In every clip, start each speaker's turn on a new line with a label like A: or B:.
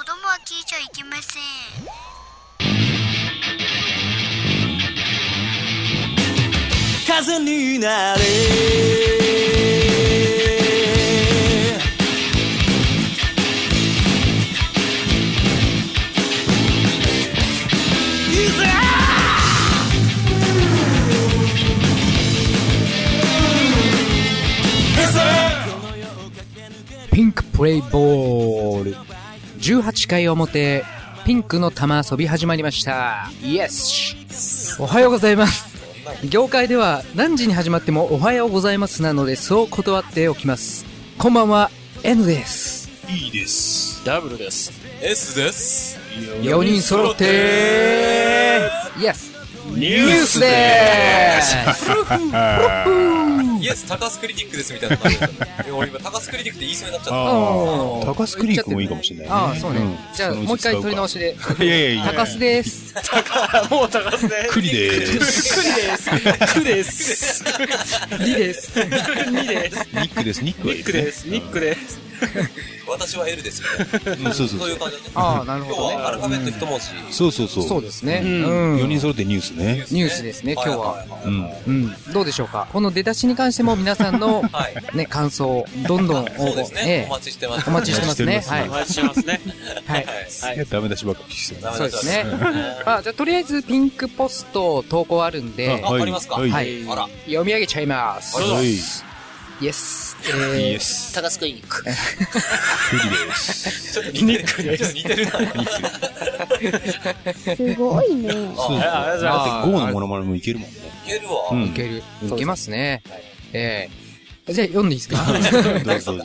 A: じゃいけません
B: 風になれいざ
C: ピンクプレイボール18回表ピンクの玉遊び始まりましたイエスおはようございます業界では何時に始まってもおはようございますなのでそう断っておきますこんばんは N です
D: いいです。
E: ダブルです。
D: S です。
C: 4人揃ってイエス
D: ニ
C: ニュースですす
F: イエス、タカスクリティックですみたいな 感じで。いや俺今、タカスクリティックって言いそうになっちゃった。
D: ああ、タカスクリークもいいかもしれないね。
C: ああそうね、
D: ん
C: じゃあもう一回取り直。しで
D: そのうち使うかいやいやいや。
C: 高須 です
E: もう高須で
D: クリです。
E: す。クです。
C: リです
E: 2です。
D: ニックです。ニック
E: ニ
D: はいい
E: ックです。ニックです。
F: 私は L ですみたいな。
D: うんそうそう
F: そう
D: そ
F: いうう。感じだね。
C: ああなる
F: 今日
C: ほど
F: はアル
C: ね
F: ファベット一文字。
D: そうそうそう。
C: そうですね
E: うん
D: 4人揃ってニュースね。
C: ニュースですね今日は
F: はい
D: うん。
C: うん、どうでしょうかこの出だしに関しても皆さんの、
F: はいはい。
C: ね、感想をどんどん応
F: はいそうです
C: 募、
F: ね。
C: え
F: お待ちしてま
C: え
F: す。
C: お待ちして
F: ま
C: ますね。
D: お待ち
E: お待ちし
C: はい。
D: してます
E: てますね。
C: はい。
F: す。
D: いやダメ出しばっかりしてた。
F: はい。
C: そうですね
F: ダメだった。
C: まあ、じゃあ、とりあえずピンクポスト投稿あるんで、
F: あわかりますか
D: はい。
C: は
D: はい。
C: い。
F: あら
C: 読み上げちゃいます。。
D: はいい
C: イエス。え
D: イ
C: ー
D: エス。
E: 高須クリニック。
D: クリです。
F: ちょっと似てる。ちょっと似てるな。
G: すごいね。
E: あありがと
D: そうそう。
E: うございます
D: だってゴーのモノマネもいけ るもんね。
F: いけるわ。
D: うん
C: いける。
D: うん
C: いけますね。ええじゃあ、読んでいいですか
D: どうぞどうぞ。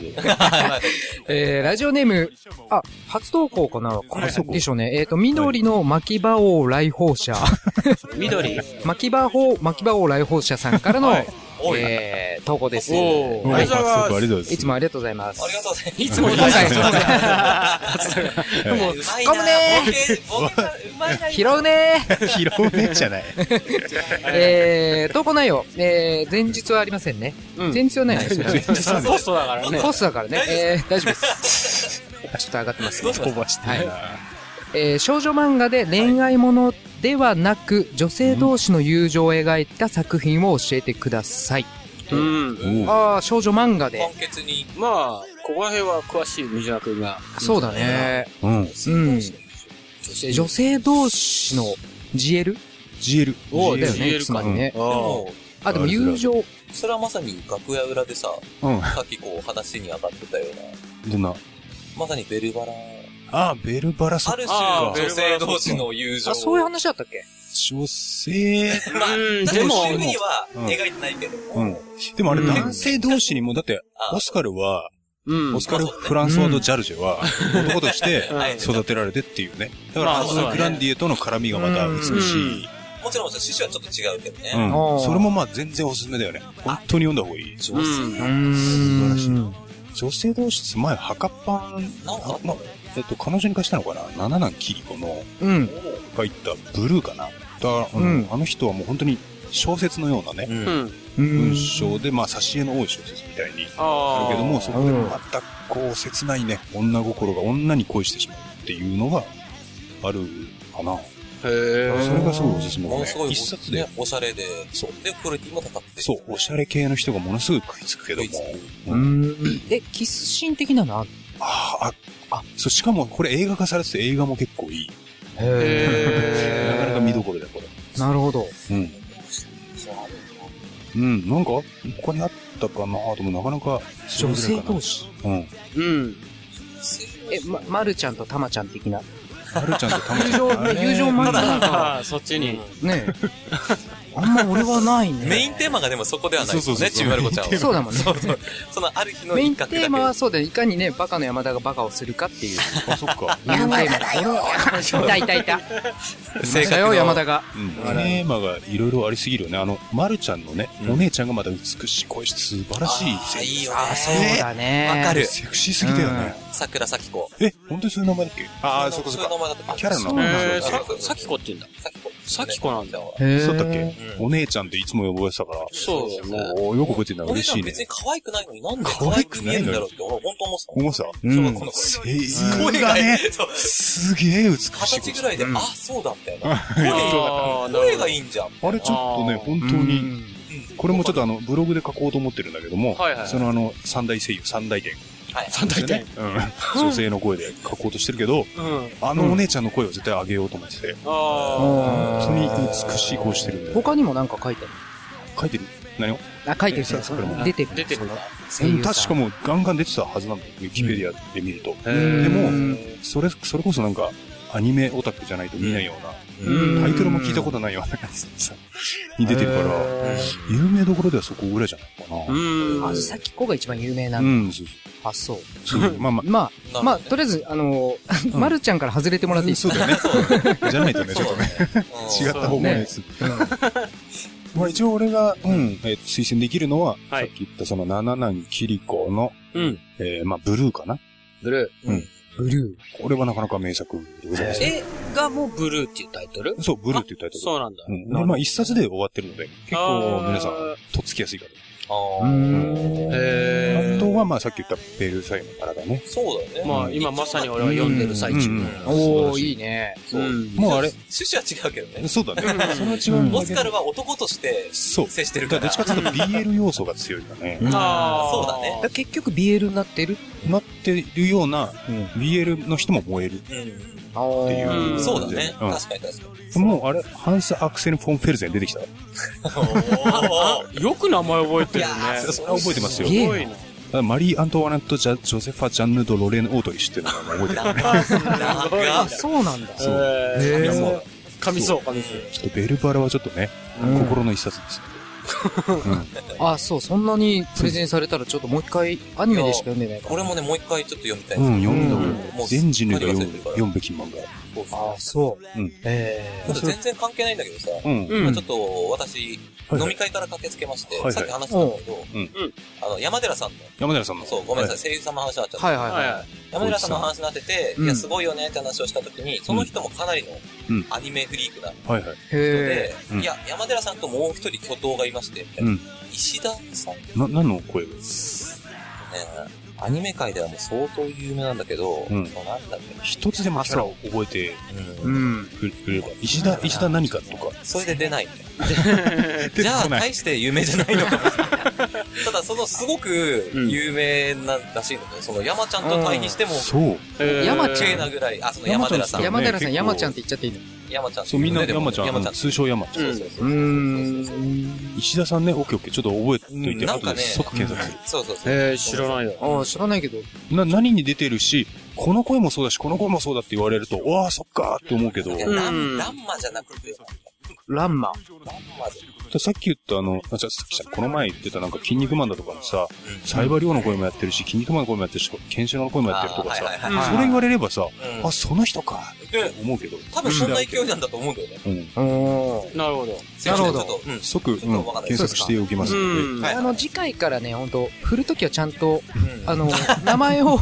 C: えー、ラジオネーム、あ、初投稿かなこれでしょうね。えっ、と、緑の巻き場王来訪者。
E: 緑。
C: 巻き場法、巻き場王来訪者さんからの、
F: おい。あ
C: えー、投稿です。
E: おー
D: は
E: あ
D: い
E: りがとうございます
D: ありがとうございます。
C: いつもありがとうございます。
F: りがとうございます。
E: いつも
C: 今回、
D: も
C: もう、突っ
F: い
C: 込むね
F: ボケボケがうまいな。
C: 拾うねー
D: 広めじゃない。
C: えー、投稿内容、えー、前日はありませんね。前日はないですよね。
E: ポストだからね。
C: コースだからね。えー、大丈夫です。ちょっと上がってますね。
D: 飛ばして
C: はい。えー、少女漫画で恋愛ものではなく、女性同士の友情を描いた作品を教えてください。
E: うん。
D: おう
C: あー、少女漫画で
F: 簡。潔に。
E: まあ、ここら辺は詳しい水く君が。
C: そうだね。
D: うん。
C: う
E: 女
C: ん。
E: 性
C: 女性同士の GL?
D: GL。
E: を
C: だよね、
E: GL
C: つま
E: か
C: り。ね
E: あ。ー
F: でも、
C: あ、でも友情。
F: それはまさに楽屋裏でさ、
D: うん。
F: さっきこう話に上がってたような、
D: どんな
F: まさにベルバラ。
D: あ、ベルバラそ
F: あ
D: っ
F: る
E: あー
F: 種、女性同士の友情。
C: あ、そういう話だったっけ
D: 女性。
F: まあ、
E: うん
F: で
E: でも
F: も、趣味は描いてないけど。
D: うん。でもあれ、
C: うん
D: 男性同士にも、だって、
F: あ
D: オスカルは、
E: うん
D: オ。スカル・フランソワとジャルジェは、男として
F: はい
D: 育てられてっていうね。だから、
E: まあ
D: ハズグランディエとの絡みがまた美しい。
F: もちろん、趣旨はちょっと違うけど
D: う
F: ね。
D: ん
C: あー。
D: それもまあ全然おすすめだよね。本当に読んだ方がいい。
E: う
F: 女性
E: ん。
C: 素
D: 素晴女性同士、前、ハカパン、
F: なんかあった
D: まあ、えっと、彼女に貸したのかな七男キリコの
C: うん。
D: 書いたブルーかな。だから、あの
C: うん
D: あの人はもう本当に小説のようなね、
E: うん。
C: うん
D: 文。章で、まあ、挿絵の多い小説みたいにあ
E: ああ。
D: るけども、そこでまたこう、切ないね、女心が女に恋してしまうっていうのがあるかな。
E: へえ。
D: それがすごいおすすめだ
F: ものすご
D: ね。
F: い
D: 一冊で
F: ね。、おしゃれで。
D: そう。
F: で、クオリティも高くて。
D: そう、おしゃれ系の人がものすごい食いつくけども
F: 食い。
D: う
C: うんん。え、キスシーン的なのある
D: ああ、あ、そう、しかもこれ映画化されてて映画も結構いい。
E: へ
D: なかなか見どころだよ、これ。
C: なるほど。
D: うん。うん、なんか、他にあったかなともなかなか、
C: 女性同
D: 士。
C: 士。
D: うん。
E: うん。
C: え、ま、まるちゃんとたまちゃん的な。
D: はるちゃんとたまち
C: 友
D: ゃん
C: 情、
D: あれ。
C: 友情漫画なんか、
E: ああ、そっちに。
C: ねえ。 あんま俺はないね。
F: メインテーマがでもそこではないです
D: そう
F: よ
D: そう
F: ね、
D: そ
F: ち
D: う
F: びまる子ちゃんは。
C: そうだもんね
F: そうそう。そのある日の
C: メイ
F: 一
C: ンテ
F: 角だけ
C: ーマはそうだよ。いかにね、バカの山田がバカをするかっていう。
D: あ、そっか。
C: メインテーマ。いたいたいた。正
F: 性格
C: 解
F: の
C: よ、山田が。
D: うん。テーマがいろいろありすぎるよね。あの、まるちゃんのね、お姉ちゃんがまた美しい声して素晴らしい。
F: あーいいよ
C: あ、そう
F: ね。
C: だね。
F: わかる
D: セクシーすぎだよね。
F: さくらさきこ。
D: え、本当にそういう名前だっけああ、そっかそ
F: そ
D: っ
F: ういう
D: か。
F: 名前だった
D: キャラの
E: へ
D: 名
E: え、
D: 前
F: そう
E: さ
F: そうそう
E: さきこって言うんだ。
F: さきこ。
E: さっき子なんだ。
C: へ
D: そうだっけ
F: うん
D: お姉ちゃんっていつも呼ばれてたから、
E: そうだよね。
D: おーよく覚えてるな、
F: お姉
D: 嬉
F: ちゃ
D: し
F: ん
D: いね
F: 別。に可愛くないのになんで可愛く見えるんだろうって、俺本当思ってたもん。
D: 思いました
C: うん
F: この
D: 声
F: 声が
D: がね
F: ね、、そう
D: すげえ美し
F: 二十歳
D: い。
F: ぐらいで、
C: うん
F: あ、そうだみたいな。
E: あーな
F: 声
E: るほ
F: が
E: ど
F: いいんじゃん。
D: あれちょっとね、
E: あー
D: 本当
C: う
D: に、
C: ん
D: これもちょっとあの、ブログで書こうと思ってるんだけど
E: は
D: も、
E: いはいはい
D: そのあの、三大声優、三大点。
F: はい。
E: 三大点。
D: うん。女性の声で書こうとしてるけど、
E: うん。
D: あのお姉ちゃんの声を絶対上げようと思ってて、
E: あ
D: 本当に
C: あ
D: 美しい声してるんだ
C: ー
D: よね。
C: 他にもなんか書いて
D: 書いてる何を
C: ある。あ、書いてる
D: そうそう
C: 出てる。
E: あ。出てるな。
C: 声優さん
D: 確かもうガンガン出てたはずなんだよ、ウィキペディアで見ると。
C: うん
D: でも
C: うん
D: それ、それこそなんか、アニメオタクじゃないと見ないよう
C: う
D: な、
C: ん
D: タイトルも聞いたことないようなやつに出てるから、有名どころではそこぐらいじゃないかな。
E: うん。
C: あ、さっき子が一番有名な
D: うん
C: だ。
D: ん、そう
C: あ、そう。
D: そうそう。まあま
C: ま
F: なるほど
C: あ、
F: ね
C: まあ、とりあえず、あのー、まるちゃんから外れてもらっていい
D: あ、
C: です
D: そう
C: か
D: だよね。じゃないとね、ち
F: そ
D: ょっと
F: う
D: ね、
F: だね。
D: 違った方がいいです。まあ一応俺が、うん、えー推薦できるのは、さ
E: はい
D: っき言ったその、七難キリコの、
E: うん。
D: えーまあ、ブルーかな。
E: ブル
C: ブル
D: これはなかなか名作でございます
E: ー。。え、がもうブルーっていうタイトル
D: そう、ブルーっていうタイトル。
E: そうなんだ。
D: うん。でまあ、一冊で終わってるので、結構皆さん、とっつきやすいから。
C: ー。う
F: あ
C: ーん。
E: え
D: あとは、まあ、さっき言ったベルサイユの体ね。
F: あ、そうだよね。
E: まあ、今まさに俺は読んでる最中。
D: うん
C: おー、いいね。
F: そう
E: うん。
D: もうあれ、
F: 趣旨は違うけどね。
D: そうだね。そのうち
C: うん
F: オスカルは男として
D: そう。
F: 接してるか。
D: だかららどっちかっていうと BL 要素が強いよね。
E: ああ、
F: そうだね
C: だから結局 BL になってる
D: なってるような、BL の人も燃える。
F: うん
C: あー
D: っていう
F: そうだね。
D: うん
F: 確かに確かに。
D: も うあれ、ハンス・アクセル・フォン・フェルゼン出てきた。
F: おー
E: よく名前覚えてるね。
D: それは覚えてますよ。
C: す
E: す
C: ご
E: ご
C: い
E: い
D: マリー・アントワネット・ジャジョセファ・ジャンヌ・ド・ロレン・オートリシュっていうのが覚えてる。
C: あ、
F: 長
C: そうなんだ。
D: そう
E: え
D: いやも
E: ー
D: う、
E: 噛みそう、噛みそう。
D: ちょっとベルバラはちょっとね、
C: うん
D: 心の一冊です。
C: あ、そう、そんなにプレゼンされたらちょっともう一回アニメでしか読んでないから。
F: これもね、もう一回ちょっと読みたい。
D: うん、読んだ
C: うん
D: 方がいい全人類が読む
F: もうすっかり忘れてるから
D: 読むべき漫
C: あ、そう。
D: うん
C: え
F: ちょっと全然関係ないんだけどさ、
D: 画。うん。
E: う
F: まあ
E: ん
F: ちょっ。と私、
D: はい
F: 飲み会から駆けつけまして、
D: はいはい
F: さっき話したんだけど、
D: うん
E: うん
F: あの、山寺さんの、
D: 山寺さんの。
F: そう、ごめんなさい、
D: い。
F: 声優さんの話になっちゃった。
C: はいはいはい。
E: は
F: 山寺さんの話になってて、
C: うん
F: いや、すごいよねって話をした時に、その人もかなりの
D: うん
F: アニメフリークな人
D: はいはい。
C: へ
F: で、
D: えうん
F: いや、山寺さんともう一人巨頭がいまして、
D: うん
F: 石田さんね、
D: な、何の声が
F: アニメ界ではもう相当有名なんだけど、
D: うん
F: もうなんだっけ
D: 一つでもキャラを覚えて
C: え。うん。
D: くれれば。石田、石田何かとか。
F: それで出ない。じゃあ、大して有名じゃないのかもしれない。ただ、そのすごく有名ならしいので、その山ちゃんと対比しても、
D: そう。
E: い。
C: 山ち
F: 綺
C: ゃん
F: 麗なぐらい、あ、その山寺さん。
C: 山寺さ
D: 結
C: ん、
D: 構
C: 山ちゃんって言っちゃっていいの
F: 山ちゃん。
D: そう、みんな
F: でも
D: 山ちゃん。
F: 山ちゃん。
D: 通称山ちゃ
F: そう
D: ん。
F: そうそう
C: うーん。
D: 石田さんね、オッケーオッケー。ちょっと覚えておい
F: う
D: て、
F: んなん
D: 後
F: か
D: で
F: ね
D: 即検索す
F: そうそうそう。
E: えー、知らないよ。
C: ああ、知らないけど。
D: る。な、何に出てるし、この声もそうだし、この声もそうだって言われると、わあ、そっかーって思うけど、
F: いや
E: うん
F: ランランマじゃなくて、
C: ランマ。
F: ランマじゃ
D: さっき言ったあの、あ、じゃあさっきじゃないこの前言ってたなんか、筋肉マンだとかもさ、サイバリオの声もやってるし、筋肉マンの声もやってるし、ケンシロウの声もやってるとかさ
F: あーはいは、
C: いはい
D: それ言われればさ、
F: うん
D: あ、その人かーって思うけど、
F: 多分そんな勢いなんだと思うんだよね。
D: うん。
C: おー。
E: なるほど。
C: なるほど
F: ちょっとうん
D: 即、うん、
F: ちょっとわかんない
D: 検索しておきますので。
E: うん
F: はい
C: あの、次回からね、ほんと、振るときはちゃんと、
F: うん
C: あの、 名前を、ウ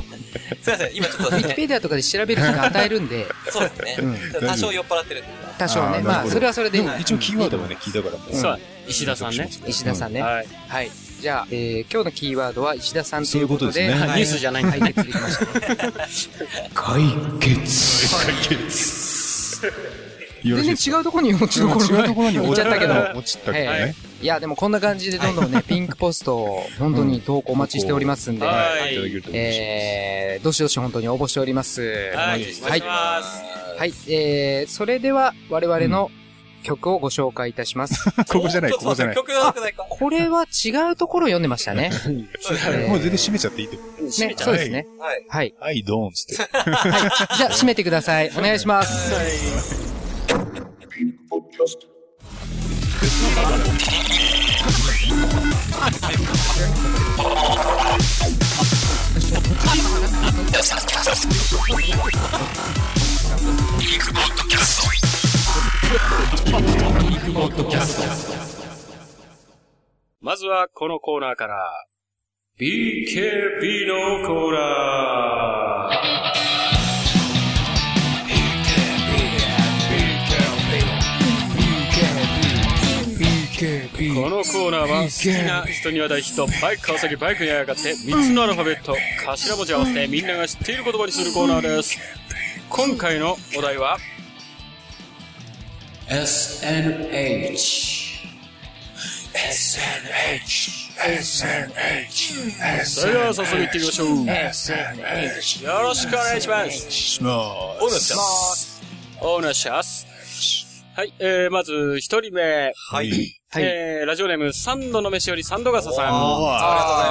F: すいません、今ちょっと
C: ィキ
F: ね、
C: ペディアとかで調べる時間与えるん で、
F: そうですね
C: うん。
F: 多少酔っ払ってるっていうか
C: 多少
D: あ
C: ね。
D: ー
C: ま
D: なるほ
C: あ、
D: ど
C: それはそれでいい。
D: 一応キーワードはね、聞いたからもう。
E: そう、石田さんね。
C: 石田さんね。
E: はい。
C: はい。じゃあ、えー、今日のキーワードは石田さんと
D: そ
C: い
D: ういうう
C: こ
D: ことと
C: で。
D: ですね
E: ニュースじゃない
C: 解決できました。
D: 解決。解決。 よろ
C: 全
D: し
C: 然
D: いですか
C: 違うところに落ちる
D: 違 うところに
C: 落ちちゃったけど。
D: 落ちたけどね。
C: いや、でもこんな感じでどんどんね、ピンクポストを本当に投稿お待ちしておりますんで、
E: はい
D: いただけると嬉しいです。
C: えー、どしどし本当に応募しております。
E: は
C: はい
E: い。お願いします。
C: はい。えー、それでは我々の曲をご紹介いたします。
D: ここじゃない、ここじゃない。
F: ちょっと待って曲がなくないか。
C: これは違うところを読んでましたね。えー
D: もう全然閉めちゃっていいって。
C: ね、そうですね。
F: はい。
C: はい。
D: はい、ドーンっつって。
C: じゃあ、締めてください。お願いします。
E: まずはこのコーナーから。BKB のコーナーコーナーは好きな人には大ヒット、バイク川崎バイクにあやがって3つのアルファベット、頭文字を合わせてみんなが知っている言葉にするコーナーです。今回のお題は、SNH。SNH。SNH。それでは早速行ってみましょう。SNH。よろしくお願いします。
F: オーナーちゃん。
E: オーナーシャス。はい、えー、まず、一人目。
F: はい。
C: はい
E: えー、ラジオネーム、三度の飯より三度笠さん。
F: あ
C: あ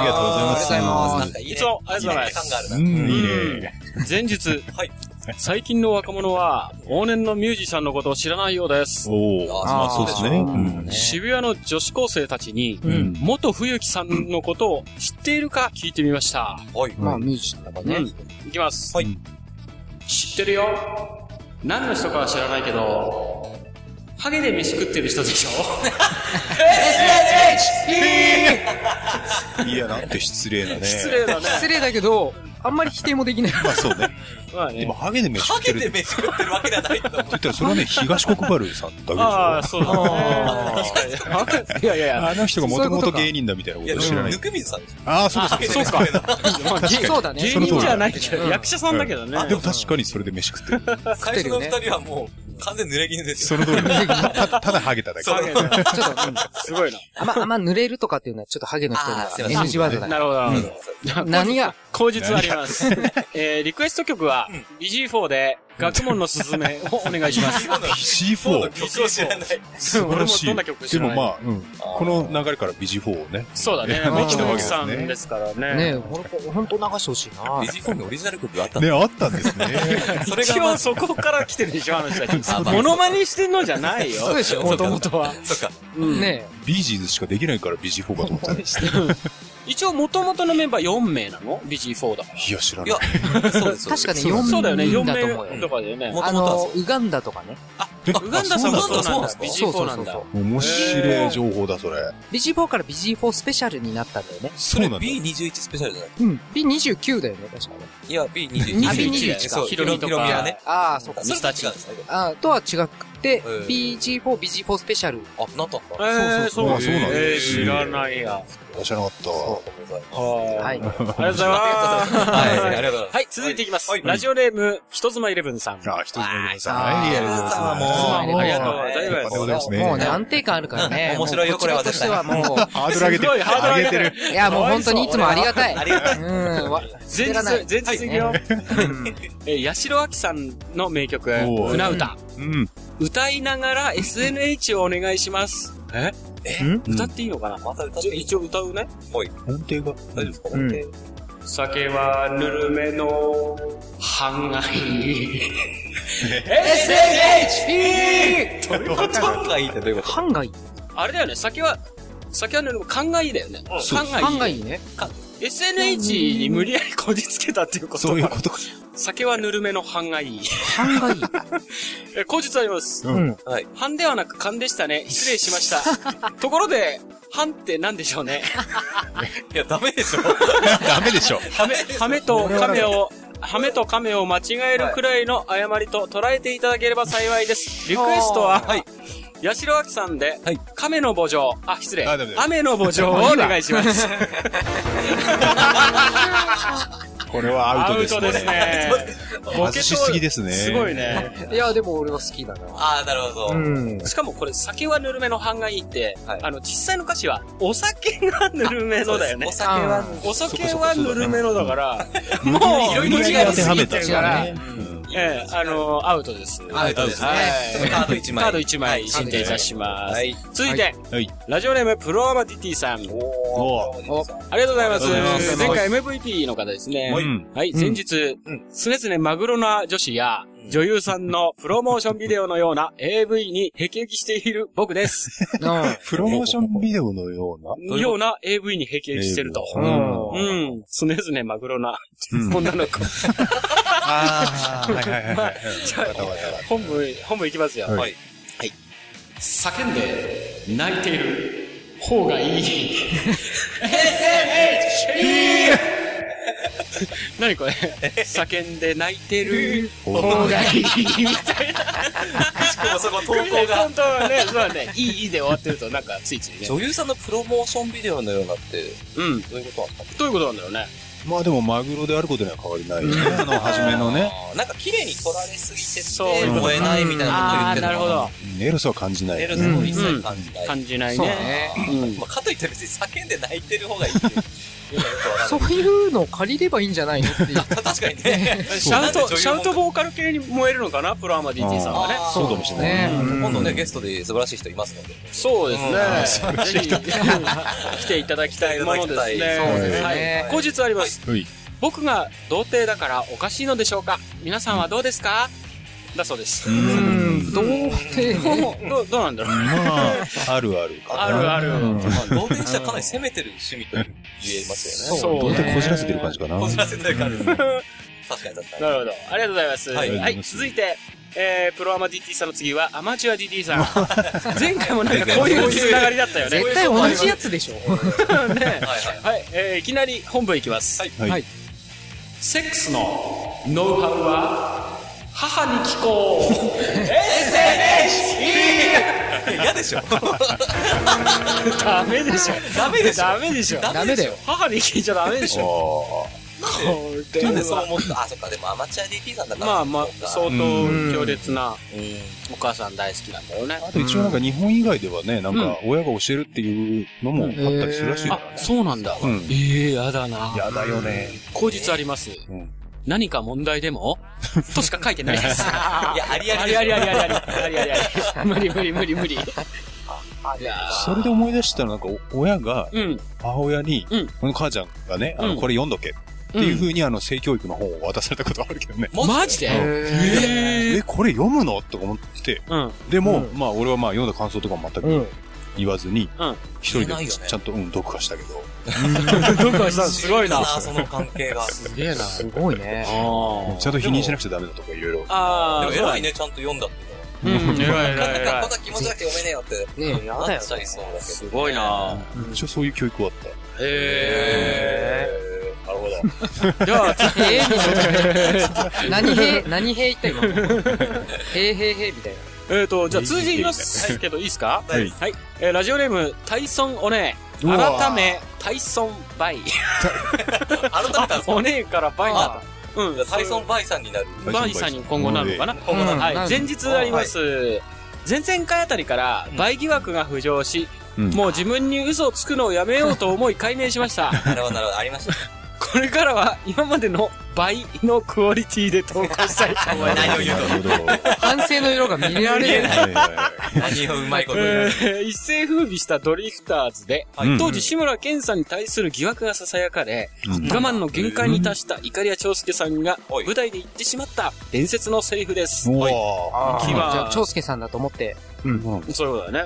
F: り
C: り
F: が
C: が
F: と
C: とう
F: うご
C: ご
F: ざ
C: ざ
F: い
C: い
F: ま。
C: ますす
F: なんかいいね。
E: いつもありがとうございます
F: いいね感があ
D: う
F: るな。
D: ん、いい
E: うん
D: ね。
E: 前日、
F: はい。
E: 最近の若者は、往年のミュージシャンのことを知らないようです。
D: おお、
F: あー
D: まあそうですね。うん
E: 渋谷の女子高生たちに、
D: うん
E: 元冬木さんのことを知っているか聞いてみました。
F: はい。
C: まあ、ミュージシャンだからね。
E: いきます。
F: はい
E: 知ってるよ。何の人かは知らないけど、ハゲで飯食ってる人でしょ
D: いや、なんて失礼なね。
E: 失礼だね。
C: 失礼だけど、あんまり否定もできない。
D: まあそうね。
E: まあ
D: で
E: ね
D: も、。ハゲで飯食
F: ハ
D: って
F: ゲ
D: るって
F: て飯食ってるわけじゃないと思う。
D: 言ったら、それはね、東国原さんだけでしょ。
E: ああ、
D: あ
E: そうだね。いやいやいや。
D: の人がも
C: そういう
D: と
C: こ
D: も
C: と
D: と
C: か
D: 芸人だみたいなこ
F: いや、
D: と
F: で
D: は
F: も
D: 知らない
F: ぬ。くみずさんですよ。
D: ああ、そうか、
E: そうか。
C: そうだね。
E: 芸人じゃないけど、役者さんだけどね。
D: でも確かにそれで飯食ってる。
F: 最初の二人はもう、完全濡れ衣です
D: そ
F: よ。
D: の通りだ。ただただハゲただけ。
F: そう
E: ハゲ
C: ちょっと、うん
E: すごいな。
C: あんま、あんま濡れるとかっていうのはちょっとハゲの人に
F: あーすいま
C: は
F: せん
C: NG ワードだ
E: な
C: ね。
E: るほどなるほど。
C: 何が、
E: 口述あります。 えー、リクエスト曲は、ビジー4で、学問のすずめをお願いします。
F: そうだ、
D: BG4。
F: 曲を知らない。
D: 素晴らしい。
E: 俺もどんな曲知ら
D: で
E: な
D: も
E: い
D: まあ、うんこの流れから BG4 をね。
E: そうだね。
D: うん
E: ミキの奥さんですから
C: ね
E: ね。
C: ほんと、ほんと流してほしいな
F: ビ。ジフォンにオリジナル曲があったんだ。
D: ね、あったんですね。
F: それが
E: 一
F: ま
E: 応
F: あ、
E: そこから来てるでしょ、あの人た
F: あ
E: ち。
F: まあ
E: モノマネしてんのじゃないよ。
C: そうでしょ
E: もともとは。
F: そっか。
E: うん
C: ね
D: ビージーズしかできないから BG4 かと思ったんです。
E: 一応、もともとのメンバー4名なのビジー4だか
D: いや、知ら
F: い
D: ない
F: や。、そうです。
C: 確かに
E: ら。
C: 4
E: そうだよね、4
C: 人だと思う
E: 名と
C: よ。
E: かだよね。
F: も
C: あ
F: ともとは
C: の
F: そ、
C: ウガンダとかね。
D: え
E: ウガンダさんがそう
F: あそ
E: なん
F: うな
E: だ
F: んで。すか
E: ビジー4なんだ。
D: 面白い情報だ、それ。
C: ビジー4からビジー4スペシャルになったんだよね。
D: そ
F: そうれ
D: なんだ。
F: B21 スペシャルじゃない
C: うん。B29 だよね、確かね。
F: いや、B21。
C: あ
E: B21 か
F: そう、
E: ヒ
F: ヒ
E: ロ
F: ロ
E: ミ
F: ミ
E: とか
F: はね。
C: ああ、そうか。
F: それと違うんですね。
C: あーとは違くて、
F: ー
C: BG4、BG4 スペシャル。
F: あ、なったんだ。
E: えー
D: そうそうそう
E: なんだ
D: そうなんだ
E: えー知らないや。
D: 知らなかったわ。
E: は。
C: はい
E: あり
C: い。
E: がとうございます。
F: はい、ありがとうございます。
E: はい、続いていきます。
F: はい
E: ラジオネーム、人妻イレブンさん。
D: あー、一つ目くださ
C: あー
D: い。はい、ありがとうございます。
E: ありがとうござい
D: ありがとうござい
E: ま。
D: ますす
C: もうね、
D: ね。
C: 安定感あるから ね。
F: うん面白いよ
C: もうこちら
F: これは
C: と
F: 絶
C: して
F: 対
C: はもう、
D: ハードル上げて
E: すごい
D: る。
E: ハードル上げてる
D: 上
C: いや、もう本当にいつもありがたい。
F: ありがたい。
C: うん、わ
E: 前日
C: 滑らない、。
E: 前日いくよ。 えー、八代亜紀さんの名曲、
D: おう
E: 船歌。
D: うん。
E: 歌いながら SNH をお願いします。え歌っていいのかな
F: また歌っ
E: じゃあ
F: ていい
E: 一応歌うね。
D: 音程が。
F: 大丈夫ですか
C: うん
F: で
E: 酒はぬるめの 半愛。
C: SNHP!
F: パンがいいってどういうこ
C: ハンガイ。
E: あれだよね、酒は、酒はぬるめ、勘がいいだよね。勘がいい。
C: ハンガイね。
E: SNH に無理やりこじつけたっていうこと
D: そういうことか。
E: 酒はぬるめの半がい い。
C: ハンガイ。
E: え、口実あります。
D: うん。
F: とはい。
E: 半ではなく勘でした ね。失礼しました。ところで、半って何でしょう ね。
F: いや、ダメでしょ。
D: ダメでしょ。
E: ハメ、ハメと亀を、ハメと亀を間違えるくらいの誤りと捉えていただければ幸いです。リクエストは、
F: はい。
E: 八代亜紀さんで、
F: はい
E: 亀の墓場、あ、失礼
D: あダメ。だ
E: 雨の墓場をお願いします。
D: これはア
E: ア
D: ウト
E: ウ
D: です
E: ト
D: ね。
E: ですね。
D: 外しすぎですね。
E: すごい。ね。
C: いや、でも俺は好きだな。
F: あー、なるほど。
C: ん。
E: しかもこれ、酒はぬるめの半がいいって、
F: はい
E: あの、実際の歌詞は、お酒がぬるめのだよね
F: お。酒は、
E: お酒はぬるめのだから、
D: もう
E: もう、
F: いろいろ違い
D: 当てはめた
E: 違う
D: から
E: ね。ええ、あの、アウトです。
F: アウトですね
E: はい。
F: ちょっとカード1枚。
E: カード1枚申請いたします。
F: はい。
E: 続いて、
D: はい。
E: ラジオネームプロアマティティさん。あり
D: おー
E: が
F: お
E: とうございます
D: ありがとうございます。
E: 前回 MVP の方ですね。
D: う
E: はい
D: ん。
E: はい、前日、常々マグロな女子や、女優さんのプロモーションビデオのような AV にヘキヘキしている僕 です。
D: プロモーションビデオのような。
E: ような AV にヘキヘキしてると。
D: う。
E: うんん、常々マグロな
D: うん
E: 女の子。
D: ああ、はいは いはいはい。
E: じゃあ
D: わかったわかった
E: 本部、本部行きますよ。
D: はい
E: はい。はい叫んで、泣いている方がいい。 何これ叫んで泣いてる。
D: お
E: いいみたいな。
F: しかもそこ投
E: これ
F: 稿
E: ね本
F: が。
E: 当はね、そうだね、いい、いいで終わってると、なんかついついね。
F: 女優さんのプロモーションビデオのようなって、
E: うん。
F: どういうことなんですか
E: どういうことなんだろうね。
D: まあでも、マグロであることには変わりないよね。あの、初めのね。
F: あーなんか綺麗に撮られすぎて
E: そう
F: て、燃えないみたいなことを言ってるのか
E: あ
D: うんエロさは感じない
F: エ
D: よ
F: ル
D: ね。
F: スも一切感じない。
E: 感じない
C: そう
E: ね。
C: ね。
E: うん
F: まあ、かといって別に叫んで泣いてる方がいいって いうのはよくわかんない
C: そういうの借りればいいんじゃないのっていう。
F: 確かにね。
E: シャウ
F: なん
E: ト、
F: で女優も
E: シャウトボーカル系に燃えるのかなプロアマ DT さんはね。
F: あー
D: そうかもしれない
C: ねうん
F: 今度ね、ゲストで素晴らしい人いますので。
E: そうですね。ぜひ、来ていただきたいものです
F: 来てい
E: ね。
F: ただきたい
C: そうですね
E: はい後日あります。
D: はい。
E: 僕が童貞だからおかしいのでしょうか皆さんはどうですかだそうです。
C: う
E: ど
C: ん、どうって、
E: うどうどうなんだろう
D: まあ、あるあるかな。
E: あるある。
F: まあ、同転したかなり攻めてる趣味と言えますよね。
E: そう
D: どうやって
C: ね
D: こじらせてる感じかな。
F: こじらせという感じですね。確かに確かに。
E: なるほど。ありがとうございます。は。
F: はいい
E: 続いて、えー、プロアマ DT さんの次はアマチュア DT さん。 前回もなんかこういうつながりだったよね。
C: 絶対同じやつでしょ。
E: ね
F: はいはい。
E: はい、えー、いきなり本文いきます。
F: はい
D: はい
C: はい
E: セックスのノウハウは、母に聞こう。
F: 嫌でしょ
E: ダメでしょ。
F: ダメで しょ
E: ダメでしょ。
C: ダメだよ。
E: 母に聞いちゃダメでしょ。これ
F: なんでそう
E: は
F: 思ったあ、そっか、でもアマチュア DT さんだから。
E: まあまあ
F: そっ、か
E: 相当
C: うん
E: 強烈なお母さん大好きなんだよね。
D: あと一応なんか日本以外ではね、なんか親が教えるっていうのもあったりするらしいか
E: あ
D: ら、ね。
E: そうなんだ。
D: うん
E: ええ、やだな。
D: やだよね。
E: 後日あります。
D: うん
E: 何か問題で もとしか書いてないです。
F: いや、あり あ
E: あ
F: り
E: り
F: あ
E: あ
F: り
E: り
F: あ
E: あ
F: り
E: りありありありあり。無理無理無理無理。いや
D: それで思い出したのなんか親が
E: ーうん。
D: 母親に、
E: うん
D: この母ちゃんがね、あ
E: う
D: の
E: ん
D: これ読んどけっていう風にあの性教育の本を渡されたことあるけどね。
E: マジで
D: え
E: へえ。
D: これ読むのとか思って、
E: うん。
D: でも、
C: う
D: まあ俺はまあ読んだ感想とかも全く言わずに
E: うん、
D: 一、
F: 言え
D: 人
F: ない
D: で
F: よね
D: ちゃんと、うん、読破したけど。
E: どこしたすごいな。
F: その関係が。
C: すげえな。すごいね。
D: ちゃんと否認しなくちゃダメだとかいろいろ。
E: あ
F: で
E: あ、
F: も偉いね、ちゃんと読んだっていうのは。
E: うん。偉い
F: なん
E: 偉い
F: か
E: 偉
F: こんな気持ちなくて読めねえよって。
C: ねえ、やだ
F: な
C: よ
F: っ。ちゃいそうだけど。
E: い。すごいな。
D: 一応そういう教育はあった。
E: へ
F: えー。なるほ
E: え。
F: ど。
E: じゃあ、
C: へえみたいな。何へ、何へ言った今。へえへえへえみたいな。
E: えーと、じゃあ続いていきますけど、いいですか
D: はい
E: はい。えーラジオネーム、タイソンおねえ。
D: うわ
E: 改め、タイソンバイ。
F: 改めたんですか
E: おねえからバイになった。うん。
F: タイソン・バイさんになる。
D: ン
E: バイさんに今後なるのかな
F: 今後なる。
C: うん
E: はい
C: な。る
E: 前日あります。前々回あたりから、バイ疑惑が浮上し、
D: うん
E: もう自分に嘘をつくのをやめようと思い解明しま した。
F: なるほど、なるほど。ありました。
E: これからは今までの倍のクオリティで投稿した いと思います。
F: 何を言う
D: なるほど。
C: 反省の色が見られない。
F: と。何をうまいこと言う
E: え
F: の。
E: ー一世風靡したドリフターズで、
D: はい
E: 当時志村けんさんに対する疑惑が囁かれ、
D: うん
E: 我慢の限界に達したイカリア長介さんが
F: はい
E: 舞台で言ってしまった伝説のセリフです。
D: おい
C: あー
E: 気
C: じ
E: は
C: ゃあ、長介さんだと思って。
E: そういうことだよね。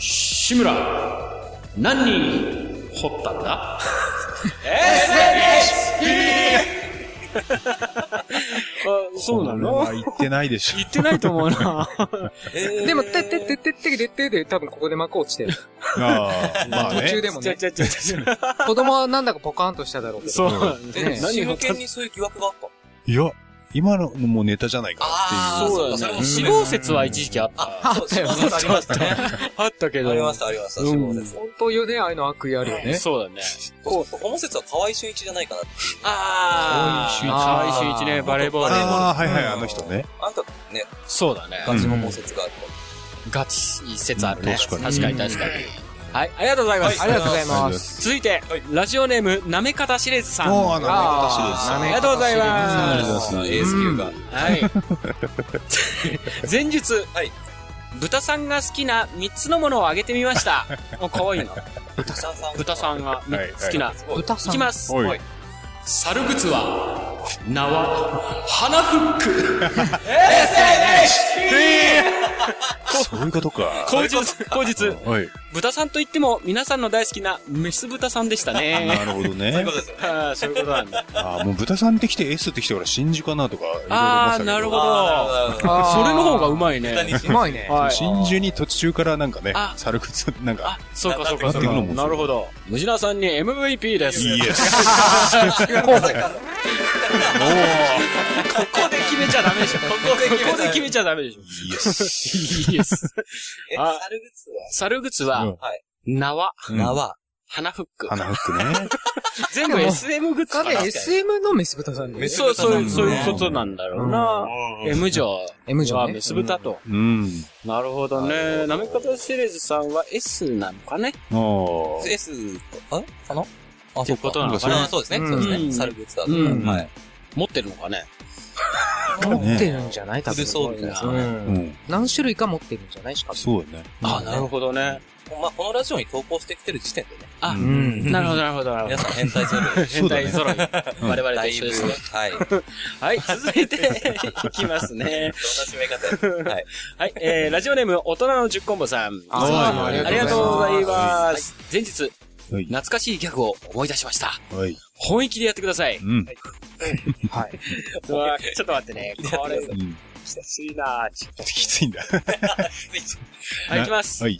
E: 志村、何人掘ったんだ ?SNS! あ、そうなの
D: まあ言ってないでしょ。
E: 言ってないと思うな。
F: えー
C: でも、てってってってってってってで、多分ここで幕落ちてる。
D: ああ、まあ
C: 途中
D: ね。
C: でもね。
E: ちゃちゃちゃち
C: 子供はなんだかポカーンとしただろう
E: ゃ。
C: けど。。
E: そううなんだね
F: え。真剣にそういう疑惑があった
D: いや、今のもネタじゃないかなっていう。
E: そう
F: そ
E: だ
F: れ
E: ね。
F: も
E: 死
F: 死
E: 亡
F: 亡
E: 説は一時期あった。
F: あ、そう、そうそうありましたね。
E: あったけど。
F: ありました、ありました、死亡説。
C: 本当よね、ああいうの悪意あるよね。
E: そうだね。
F: こう、この説は河合俊一じゃないかなって。
E: あー。
C: 河合
E: 河合俊一
C: 俊一
E: ね、バレーボール。
D: ああ、はいはい、あの人ね。
F: あんたね、
E: そうだね。
F: ガチの毛説がある
E: ガチ、いい説あるね。
D: うん
E: 確
D: 確
E: か
D: か
E: に
D: に
E: 確かに。はい、ありがとうございます。
C: ありがとうござい
D: ありがと
C: ま
D: うございます
C: す。
E: 続いて、ラジオネーム、なめかたしれずさん。
D: もう、
E: は
D: あの、私です。
C: あ
E: ありがとうございます
D: ありがとうござい
F: と。
D: ます
F: エース級が。
E: い。前日、
F: はい
E: 豚さんが好きな3つのものをあげてみま した。お、かわいいな。
F: 豚さん。
E: 豚さんが
D: はいはい
E: 好きな。
F: すごい。
C: 豚さ
E: い
C: ん。
E: きます。
D: おい。
E: 猿靴は、名は、花フッ ク。
D: そういうことか。
E: 後日、後日、
D: はい。
E: 豚さんといっても皆さんの大好きなメス豚さんでしたね。
D: なるほどね。
E: ああ、そういうことなん だ。
D: あーもう豚さんって来て S って来てから真珠かなとか、いろいろ思っ
E: あ
D: てたけ
E: あ、なるほど。
F: あーなるほどなるほど
C: あー
E: それの方がうまいね。
C: うまいね。
E: はい。
D: 真珠に途中からなんかね
E: あ、
D: 猿靴、なんか、
E: あ、そうかそう
D: な
E: か
D: っ
E: そ
D: て
E: う
D: くるの
E: か。
D: も
E: なるほど。ムジナさんに MVP です。
D: イエス。
C: 候補。
E: ここで決めちゃダメでしょ。ここで
F: 決めちゃ
E: ここで決めちゃダメでしょ。
D: イエス。
E: イエス。
F: え、
E: あ
F: 猿靴は
E: 猿靴
D: う
E: は
D: ん、
F: はい。
E: 縄、
F: 縄。
E: 花フック。
D: 花フックね。
E: 全部
C: でも
E: SM グッズか
C: 彼
E: な。
C: SM のメス豚さんだよね
F: メス
E: そう、そういう、
D: メス豚なんだね
E: そういうことなんだろうな。M 女
C: M 女
E: は
C: ね
E: メス豚と。
D: うん。
E: なるほどね。なめ方シリーズさんは S なのかね。
D: もう、
F: S、あかなあ、
E: って
F: そう
E: こ
F: か。
E: となのか
F: あ
E: な
F: ーそうですね。
C: うん
F: そうです
E: うん
F: ね。猿靴だと。
E: うん
F: はい。
E: 持ってるのかね。
C: 持ってるんじゃない多分。
F: 古そうみたいな
C: う。
D: うんん。
C: 何種類か持ってるんじゃないしかも。
D: そうだね。
E: あ、なるほどね。
F: まあ、このラジオに投稿してきてる時点でね、
E: あ、
D: う
C: うん。
E: なるほど、なるほど、なるほ
F: 皆
E: ど。
F: さん変態する。
E: 変 態揃い。
D: ん
E: 我々
F: だ
E: と
F: い
E: 一緒
F: ぶ
E: ですね。、
F: はい。どんな
E: はい、続いていきますね。
F: 締め方やはい。
E: はい、えー、ラジオネーム、大人の10コンボさん。
C: あー
E: あ
C: あ
E: り
C: り
E: が
C: が
E: と
C: と
E: う
C: う
E: ご
C: ご
E: ざ
C: ざ
E: い
C: い
E: ます。前日、
D: はい。
E: 懐かしいギャグを思い出しました。
D: はい。
E: 本意気でやってください。
D: うん。
C: はい。
E: うわちょっと待ってね。これ、
D: うん
E: 久しいなちょっと
D: きついんだ。
E: はい、いきます。
D: はい。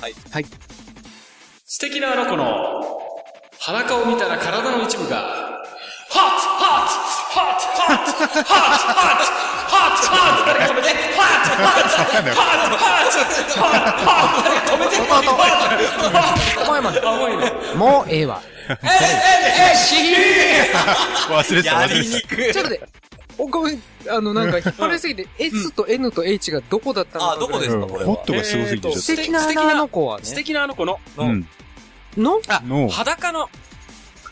E: 素敵なあの子の、裸を見たら体の一部が、ハッハッハッハッハッハッハッハッ誰か止めてハッハッハッハッハッハッ誰か止めて
C: お前まで。
E: あ、もういいね。
C: もうええわ。
D: 忘れてた、忘れて
F: く
C: ちょっと待って。おごめん、あの、なんか引っ張りすぎて、S と N と H がどこだったのか
F: あ、どこ
C: ぐらい
F: で
D: た。
F: す
D: う
F: か
D: ん
F: これ
D: ホッ
F: は。
D: トがすごすぎてち
C: 素
D: ょっ
C: 敵な穴の子は
E: 素
C: ね。
E: 敵なあの子の、
D: と。うん。
C: の
D: の、
E: 裸の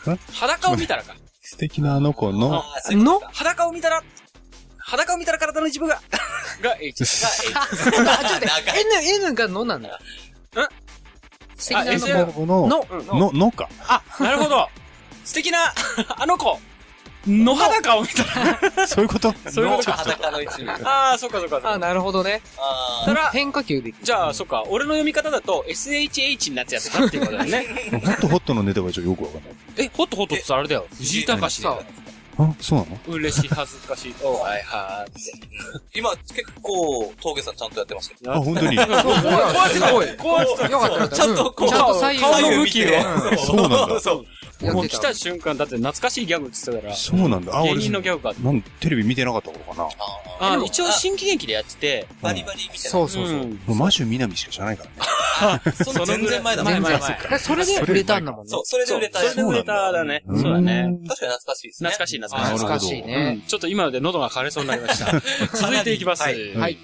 D: え、
E: 裸を見たらか。
D: 素敵なあの子の、
F: あーそういう
C: の
E: 裸を見たら、裸を見たら体の一部が、 が H。
C: あ、ちょっと待っ
F: 長
C: て N、N がのなんだ。素敵
E: あ
C: な穴
E: S
C: の
E: の
C: 子。
D: この、
C: の、
D: の、のか。
E: あ、なるほど。素敵な、 あの子、の裸を見たら、
D: そういうこと
E: そういうことか。
F: 裸の一部。あ
E: ああ、そっかそっかそっ
C: あ、
E: か。
C: なるほどね。
F: あ
E: たら、
C: 変化球できる。
E: じゃあ、そっか、俺の読み方だと、SHH になっちゃったっていうことだよね。
D: ホットホットのネタがちょっとよくわかんない。
E: え、ほっとほっとってあれだよ。藤井隆だよ。
D: あ、そうなの
E: 嬉しい、恥ずかしい。 おはいはい。
F: 今、結構、峠さんちゃんとやってましたよ。
D: あ、本当 に。
C: そうすごい。
E: こう、
C: よかったよかった。
F: ちゃんとこう
C: ちゃんと左右
E: 顔の
C: や
E: 向
F: 見
E: き
F: て
E: を。
D: うんそうなんだ。
F: そう。
C: ってた
E: もう来た瞬間、だって懐かしいギャグって言ってたか
D: そうなんだ。あ、
E: ら、芸
D: 俺、
E: 人のギャグか。
D: なんテレビ見てなかった頃かな。
E: あー、一応新喜劇でやってて、
F: バリバリみたいな。
C: そうそうそう。
E: ん
D: もうマシュミナミしか知らないからね。
F: その全然前だも
E: 前
F: んね。
E: 前
C: だ
E: 前
C: か。らそれで売れたんだもんね
F: そ。う、それで
E: そう
F: 売れた
E: それで
F: 確
E: 売
F: か
E: れただね。
D: ん
E: そうだね。
F: に懐かしいですね。
E: 懐かしい懐かしい。
C: 懐かしいね。
E: ちょっと今ので喉が枯れそうになりました。続いていきます。
F: はい
C: はい。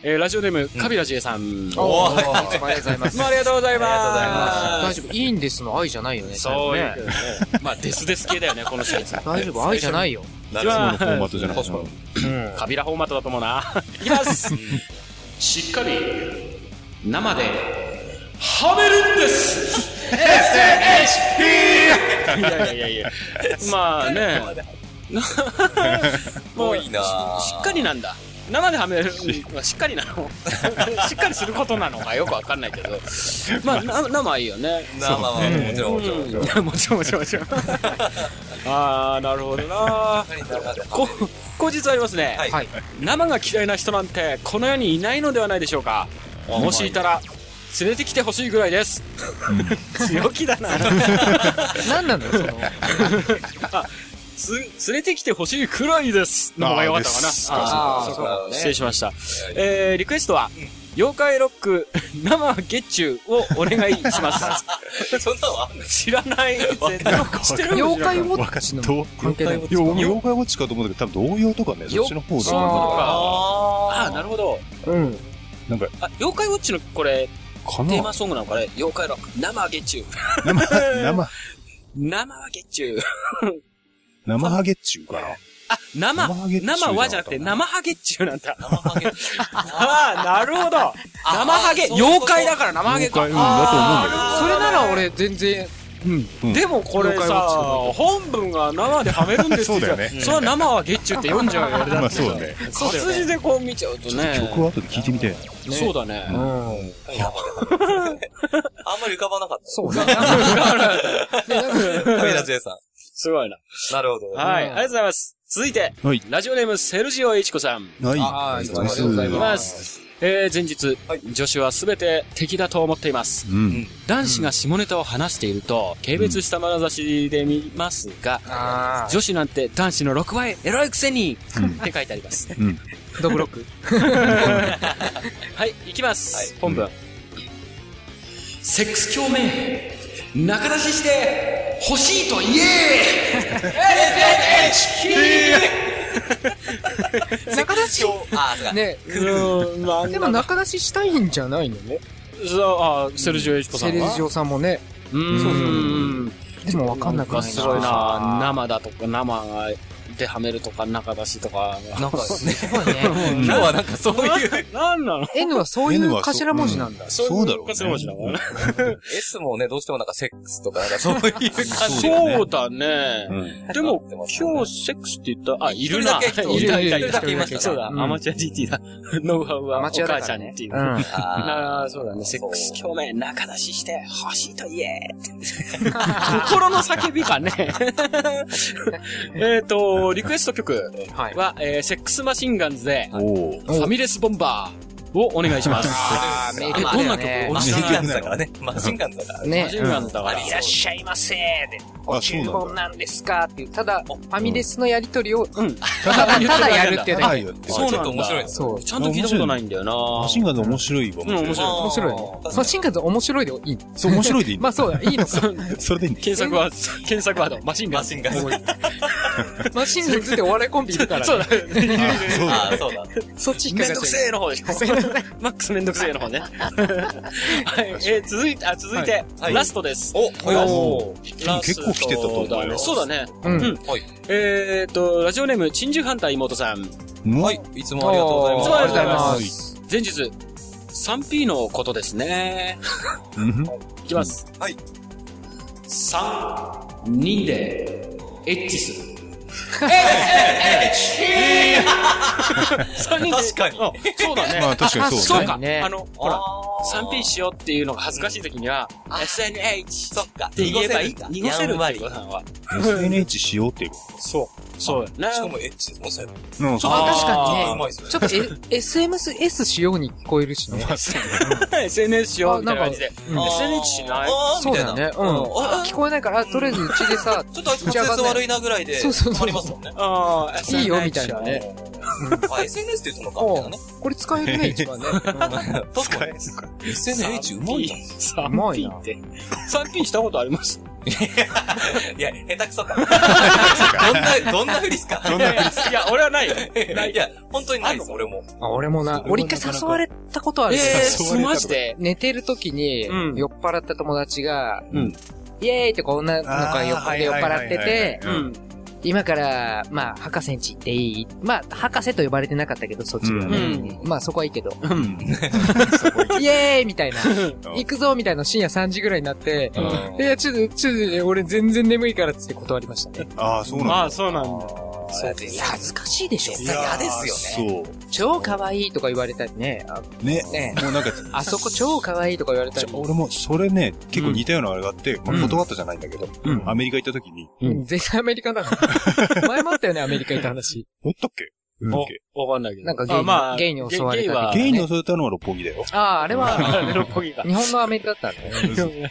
E: えーラジオネーム、カビラジエさん。どう
C: お
F: お
C: ー、
F: ー
C: いつもありがとうございます。
E: もありがとうございま
C: 大
E: す。
C: 丈夫、いいんですの愛じゃないよね。
E: そう
C: ね
E: ね。。まあ、デスデス系だよね、このシリーズ。
C: 大丈夫、愛じゃないよ。
F: な
E: じ
F: るほど
E: ゃ
D: フォーマットじゃな
E: あ、
D: いかな。
E: カビラフォーマットだと思うな。いきます。しっかり、生で、はめるんです !SHP! いやいやいやいや。まあね。
F: もういいなぁ
E: ししっかりなんだ。生ではめるのはしっかりなの しっかりすることなのかよくわかんないけど。ま あ、な生はいいよね。
F: まあまあまあ、もちろんもちろん。
E: うんいやもちろんもちろんもち ろん。ああ、なるほどな。こ後日ありますね、
F: はい
C: はい。
E: 生が嫌いな人なんてこの世にいないのではないでしょうかもしいたら連れてきてほしいぐらいです、強気だ な
C: 何なんだよ、その。
E: す連れてきてほしいくらいですの方がよかったかな
D: あーです
E: あー
C: そう
F: か
E: 失礼しました、
F: い
E: えー、リクエストは、妖怪ロック 生月中をお願いします
F: そんなのあんの
E: 知らない絶対知ってる
C: 妖怪ウォ
D: わ
C: ッ
D: か
C: チ
D: し
C: の
D: と。
C: 関係ない
D: いや、俺も妖怪ウォッチかと思うんだけど、多分童謡とかね、そっちの方だと思うんだ
E: あ あーなるほど
C: うん。
D: けど。なんか、
E: あ妖怪ウォッチのこれ
D: か
E: テーマ
D: な
E: ソングなのかね妖怪ロック生月中
D: 生、生、
E: 生は月中
D: 生ハゲっちゅうかな。
E: あ、生、
D: 生ハゲ
E: 生はじゃなくて、
D: 中だ
E: 生ハゲっちゅうなんだ。
F: 生ハゲ。
E: ああ、なるほど。生ハゲ、
F: そういうこ
E: 妖
F: と
E: 怪だから生ハゲか。
D: 妖怪うんだと思うんだけど。
C: それなら俺、全然、うん。
D: うん
E: でもこれ
D: 妖怪ウ
E: さ
D: ォッチの、
E: 本文が生ではめるんです
D: そ
E: よ。
D: うだよね
E: それは生はゲッチュって読んじゃうよ、俺だ
D: ま
E: っ
D: あ
E: てさ。
D: そうね。
E: そう活字でこう見ちゃうとね。
D: 曲は後で聞いてみて。
E: ねそうだね。
C: うん。
F: あんまり浮かばなかった。
C: そうね。
F: カメラ J さ
E: すごいな。
F: ん。なるほど。
E: はい、ありがとうございます。続いて、
D: はい
E: ラジオネームセルジオエイチコさん。
D: はい。
C: あーいつもありがとうござい
E: い
C: ま
E: ます。えー、前日、女子はすべて敵だと思っています。
D: うん。
E: 男子が下ネタを話していると、軽蔑した眼差しで見ますが、
C: あ
E: 女子なんて男子の6倍エロいくせに、って書いてあります。
D: うん。
C: あ。ドブロック。
E: はい、行きます。本文。セックス共鳴、中出しして、欲しいと言え
C: 中出し
F: あ、そうか。
C: ね。
E: うん、まあ
C: でも中出ししたいんじゃないのね。
E: そう、あ、セルジオエイチコさ
C: セ
E: ん
C: レ
E: は。
C: ジオさんもね。
E: うーん。
C: でもわかんなくないな。
E: すごいな生だとか、生が、ではめるとか、中出しとか。
C: なんか すごいね。
F: 今日はなんかそういう、
E: なんなの
C: N はそうい
D: N
C: う
D: はそう
C: 頭文字なんだ。
D: そうだろうね。
E: そういう頭文字だもんね
F: S もね、どうしてもなんかセックスとか、なんかそういう感じに
E: そうだね
D: う。ん。
E: でも、今日セックスって言った、あ、いるな。
F: 一人だ
E: い
F: け
E: る
C: いる
E: いる
F: 一人だけいましたね
E: そうだ、
C: うん
E: アマチュア DT だ。ノウハウは、
C: ア
E: お
C: マチュアだ
E: 母
C: か
E: ちゃ
C: ら
E: ん
C: ね
E: っていう。
C: うん。
E: あ
F: あ
E: あ、そうだね。セ
F: そ
E: ッ
F: う
E: クス共鳴、仲出しして、欲しいと言えって。心の叫びかね。えっと、リクエスト曲
C: はい。
E: は、えーセックスマシンガンズで、
D: おー。
E: ファミレスボンバーをお願いします。
C: あー、名曲
E: え
C: だ
E: どん
C: よ
E: な
C: ね
E: 曲。
F: マ
E: マ
F: シ
E: シ
F: ン
E: ン
F: ガ
E: ガ
F: ン
E: ン
F: ズ
E: ズだ
F: だか
E: からら
F: ね。マシンガンズだから。
E: マ
C: ね
E: シン。ガンズだから。
F: うん
E: いらっしゃいませで。
D: あ、そうなんだ。
C: なんですかっていう、ただ、ファミレスのやりとりを、
E: うん。
C: ただ、ただやるっていうだ
D: は
C: け。
D: いよって。
E: そうなんだ
F: ちょっと面白いです。
C: そう。
E: ちゃんと聞いたことないんだよな
D: マシンガンズ面白いわ。
E: うん面白い
C: 面白いね。マシンガンズ面白いでいい。
D: そう、面白いでいい。
C: まあ そうだ、いいのか。
D: それでいいんだよ
E: 検索ワード、検索ワード、マシンガ
F: マ
E: ンズ。
F: シンガンズ。
C: マシンガンズってお笑いコンビいるからね。
E: そうだ。
D: あそうだ。
F: ああ、そうだ。
C: そっち引っ
E: めん
C: か
E: ど
C: か
E: く
C: っち
E: せえの方でしょ。マックスめんどくせえの方ね。はい。えー、続いて、あ、続いて、
F: はい
E: ラストです。
F: お、
E: お
D: ラスト結構来てたと思うよ
E: だねそうだね。
C: ゃう。うん。
F: おはい。
E: えーっと、ラジオネーム、珍獣ハンター妹さん。
D: うん
F: はい。いつもありがとうございます。
E: おーありがとうござい
C: ま
D: はい
E: 前日、3P のことですね。
D: うん
E: いきます。
F: はい。
E: 3、2で、エッチする。3人で
F: 確かに。
E: うんそうだね。
D: まあ確かにそう
E: そう
D: だね。
E: か。
C: ね
E: あの、ほ
F: ほ
E: ら
F: ら、、
E: 3P しようっていうのが恥ずかしい時には、SNH
F: そっか。
E: って言えばいい。
F: 濁せるんだ。
E: 濁せるっていうことなのは
D: SNH しようっていう。
E: そう。そうだね
F: しかもエッチですもん、最後。
D: うん、そう
C: あ
E: あー
C: 確かに
F: う
C: ね。
F: まいっすね。
C: ちょっと、え、SMS しように聞こえるしね。
E: SNS しようみたいな感じで。
C: うん
E: SNS しない
F: あー
C: そ
F: み
C: う
F: たい
C: だよね。
F: な。
C: うん。
F: あ
C: 聞こえないから、とりあえずうちでさ、
F: ちょっとあいつ滑舌悪いなぐらいで、
C: そうそうそう
F: 止まりますもんね。
E: ああ、
C: いいよみたいなね。
F: あ、SNS って言ったのか、みたいなね。
C: これ使えるね、一番ね。
F: 確かに。SNS うまいな。
C: うまい
E: 3P
C: な
E: って。3P したことあります
F: いや、下手くそか。どんな、どんなふりっすか
E: いやいやいや、俺はないよ。
F: いや、本当にないです、俺も。
C: あ、俺もな、俺一回誘われたことあ
E: え
C: る。
E: ー、マジで。
C: 寝てる時に、
E: うん
C: 酔っ払った友達が、
E: うん
C: イエーイってこう女の子が酔っ
D: あー
C: 払酔っ払って
D: はいはいはい
C: て
D: は、
E: う
D: うん
E: ん。
C: 今から、まあ、博士んち行っていいまあ、博士と呼ばれてなかったけど、そっちではね。
E: う
C: まあ、そこはいいけど。
E: うん。
C: イエーイみたいな。行くぞみたいな深夜3時ぐらいになって、いや、ちょっと、ちょっと、俺全然眠いからっつって断りましたね。
D: ああ、そうなんだ。
E: まあ、そうなんだ。
F: そうです。
C: 恥ずかしいでしょ
F: いや嫌ですよ
D: ね。
C: 超可愛いとか言われたりね。あ
D: そう。ね。
C: ね
D: もうなんか、
C: あそこ超可愛いとか言われた
D: ち
C: り
D: ょ。俺も、それね、結構似たようなあれがあって、まあ断ったじゃないんだけど、アメリカ行った時に、
C: うん全然アメリカなの。前もあったよね、アメリカ行った話。
D: おったっけ
C: ん
D: おったっけ
E: わかんないけど。
C: なんかゲイに
E: あまあ
C: ゲイに襲われ
E: ゲ
C: た
E: イは、
D: ゲイに襲われたのは六本木だよ。
C: ああ、あれ は、
E: 六本木か。
C: 日本のアメリカだったんだね。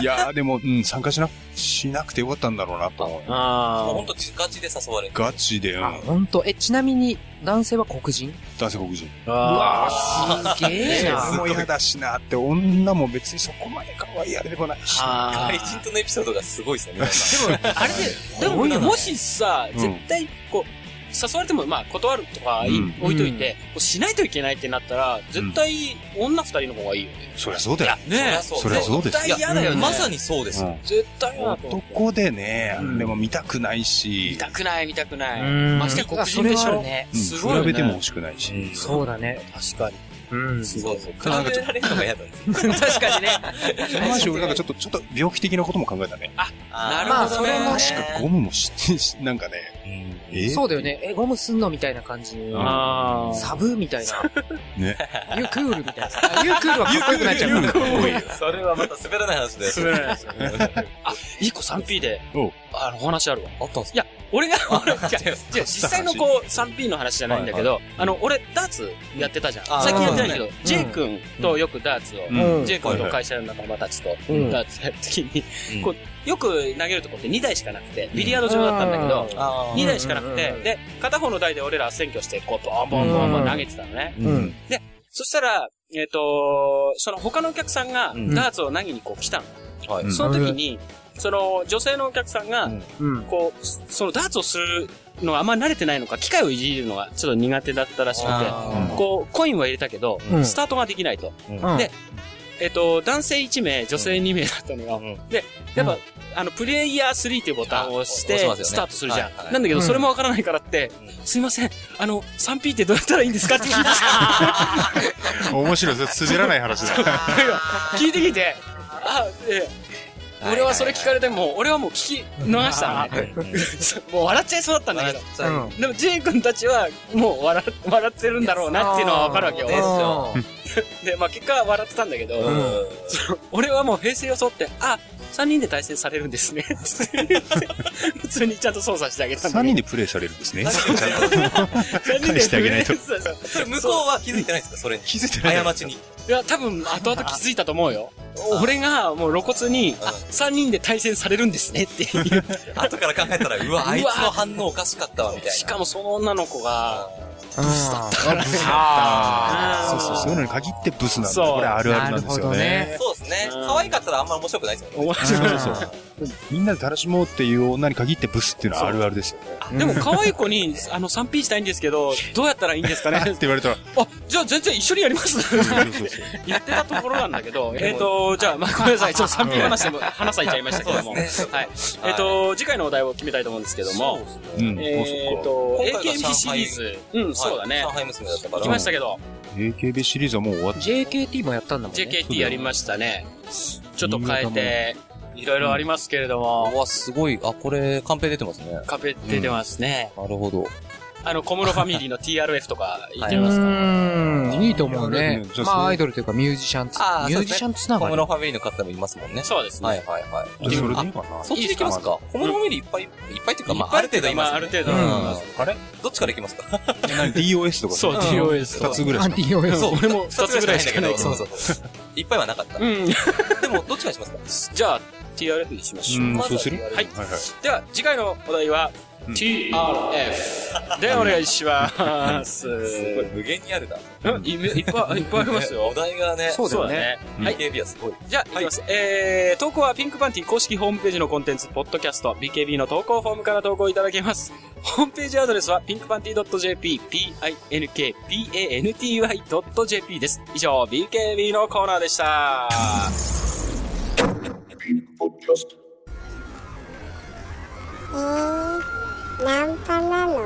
D: いやーでも、うん、参加しな、しなくてよかったんだろうなと思う。
E: あ
F: もう
E: あ
F: 本。当ガチで誘われる。
D: ガチで、う
C: あ、
D: ん、
C: ほんと。え、ちなみに、男性は黒人
D: 男性黒人。
E: うわ
C: すげえ な。
D: も嫌だしなって、女も別にそこまで可愛いあれでもない。
E: あ
F: 怪人とのエピソードがすごいですね。
E: あれで、でも、もしさ、
D: うん
E: 絶対、こう、誘われても、まあ、断るとかい、
D: うん
E: 置いといて、こうしないといけないってなったら、絶対、女二人の方がいいよね。
D: そりゃそうだよ。
E: ね
D: そりゃそうです
E: 絶対嫌だよね。
F: まさにそうです。
D: うん
E: 絶対嫌だと思う。
D: 男でね、
E: うん
D: でも見たくないし
E: 見、たくない、見たくない。
C: うん
E: ましてや黒人で
C: あ
E: し
C: それはあ
E: ょ
C: る。ね。
D: うん
E: すごいよね
D: 比べても欲しくないし。
C: そうだね。
E: 確かに。うん。
F: そうそう。比
D: ただなんか
F: べられるのが嫌だね。
C: 確かにね。
D: その話俺なんかちょっと、ちょっと病気的なことも考えたね。
F: な
C: まあそれも
D: 確かゴムも知ってし、なんかね、えー
C: そうだよね。え、ゴムすんのみたいな感じ。
E: ああ。
C: サブみたいな。
D: ね。
C: ユークールみたいな。あユークールはかっこよくなっちゃうから。
F: それはまた滑らない話で。
E: 滑らないです
F: よね。
E: 一個 3P で
D: おう、
E: あの、お話あるわ。
F: あったんす
E: いや、俺が、俺いや
F: 違います
E: 違う実際のこう、3P の話じゃないんだけど、あの、俺、ダーツやってたじゃん。
F: あー
E: 最近やってないけ
F: う
E: ど、J 君とよくダーツを、
D: うん。
C: うん
E: J 君と会社の仲間たちと、
C: うん
E: ダーツやるときに
F: うん、
E: こう、よく投げるとこって2台しかなくて、ビリヤード場だったんだけど、
F: あ
E: 2台しかなくて
C: うん、
E: で、片方の台で俺ら選挙して、こう、ボンボンボンボン投げてたのね。
C: うん。
E: そしたら、えっと、その他のお客さんが
F: うん
E: ダーツを投げにこう来たの。
F: はいう
D: ん
E: その時に、その女性のお客さんが、
C: うん。
E: こう、そのダーツをするのはあんまり慣れてないのか、機械をいじるのがちょっと苦手だったらしくて、
F: あ
E: こう、コインは入れたけど、
C: うん
E: スタートができないと。
C: うん
E: でえっ、と、男性1名、女性2名だったのが、で、やっぱ、
C: う
E: あの、プレイヤー3っていうボタンを押し
F: あ
E: て
F: 押しますよ、ね
E: スタートするじゃん。
F: はいはい
E: なんだけど、
C: うん
E: それもわからないからって、すいません、あの、3P ってどうやったらいいんですかって聞いて
D: 面白い、それ滑らない話だ。
E: 聞いてきて、あ、ええ、俺はそれ聞かれても、俺はもう聞き逃したのね。もう笑っちゃいそうだったんだけど。
C: うん。
E: でも、ジェイ君たちは、もう笑っ、笑ってるんだろうなっていうのはわかるわけよ
F: いや。そ
E: で、まあ結果は笑ってたんだけど、
F: うん。
E: 俺はもう平成を装って、あ、3人で対戦されるん ですね。って言って普通にちゃんと操作してあげたんだ
D: 3
E: け
D: 人
E: ど。
D: でプレイされるんですね。
E: 3
D: 返してあげないと
E: そうそう
F: それ向こうは気づいてないんですかそれに。
D: 気づいてない。
F: 過ちに。
E: いや、多分、後々気づいたと思うよ。俺が、もう露骨に、あ、3人で対戦されるんですねって言う。
F: 後から考えたら、うわ、あいつの反応おかしかったわ、みたいな。
E: しかもその女の子が、
D: あ
E: あー
D: そうそう、そういうのに限ってブスなんだ。
E: そう
D: これあるあるなんですよね。
C: ね。
F: そうですね。
E: うん
F: 可愛かったらあんまり面白くないですよね。
E: 面白い
C: そうそう
D: みんなで楽しもうっていう女に限ってブスっていうのはあるある ですよね。
E: あでも可愛い子に、あの、3P したいんですけど、どうやったらいいんですかね
D: あって言われたら、
E: あ、じゃあ全然一緒にやります。
D: そうそうそう。
E: 言ってたところなんだけど、えっと、じゃあ、まあ、ごめんなさい。ちょっと3分話 しても、話されちゃいましたけども。
F: そう
E: はい
F: で。
E: えっと、次回のお題を決めたいと思うんですけども、
D: うん。
E: えっ
D: もう
E: と、
F: 今回が上
E: AKB
F: 海
E: シリーズ、うん、そうだね
F: 上。海娘だったか
E: 行
F: ら。
E: きましたけど、
D: そっか。AKB シリーズはもう終わっ
C: JKT もやったんだもんね。
E: JKT やりましたね。ちょっと変えて、いろいろありますけれど
F: う
E: も、
F: わ、すごい。あ、これ、カンペ出てますね。
E: カペ出てますね。
F: なるほど。
E: あの、小室ファミリーの TRF とか言って
C: う
E: ますか
C: ーん、いいと思う
D: いや
C: ね
D: じ
C: ま
D: ゃ。あそう
C: あ、アイドルというかミュージシャンつ、
F: あー
C: ミュージシャンつな
F: 小
C: がり。
F: 室ファミリーの方もいますもんね。
E: そうですね。
F: はいはいはい。
D: た。それでいいかな。
F: そっちでいきますか小室ファミリーいっぱい、いっぱいっていうか、まあ、ある程度い
E: ま
F: ま
E: あ、
F: すよ
E: ある
F: ね。
E: 程度
C: うん
E: まあ
D: あれ
F: どっちからいきますか
D: 何 ?DOS とか
E: そう、TOS
D: 2つぐらい
C: ア
D: し
C: ン
D: か
C: ティオ
E: そう俺も
F: 二
E: 二つぐらいしかないけ
F: そ
E: ど
F: うそうそう。いっぱいはなかっ た。
E: うん。
F: でも、どっちからにしますか
E: じゃあ、TRF にしましょう。
D: うんそうする
E: まずは TRF
D: はいはい
E: では、次回のお題は、TRF でお願いします。
F: すごい、無限にあるな。
E: うんいめいっぱい、いっぱいあります
F: ねお
E: よ。
F: 題がね、
C: そうだよね。
E: はい
F: AKB はすごい。
E: じゃあ、いきます。えー、投稿はピンクパンティ公式ホームページのコンテンツ、ポッドキャスト、BKB の投稿フォームから投稿いただけます。 ホームページアドレスは、ピンクパンティ .jp、p-i-n-k-p-a-n-t-y.jp です。以上、BKB のコーナーでした。
A: えー、ナンパなのえ、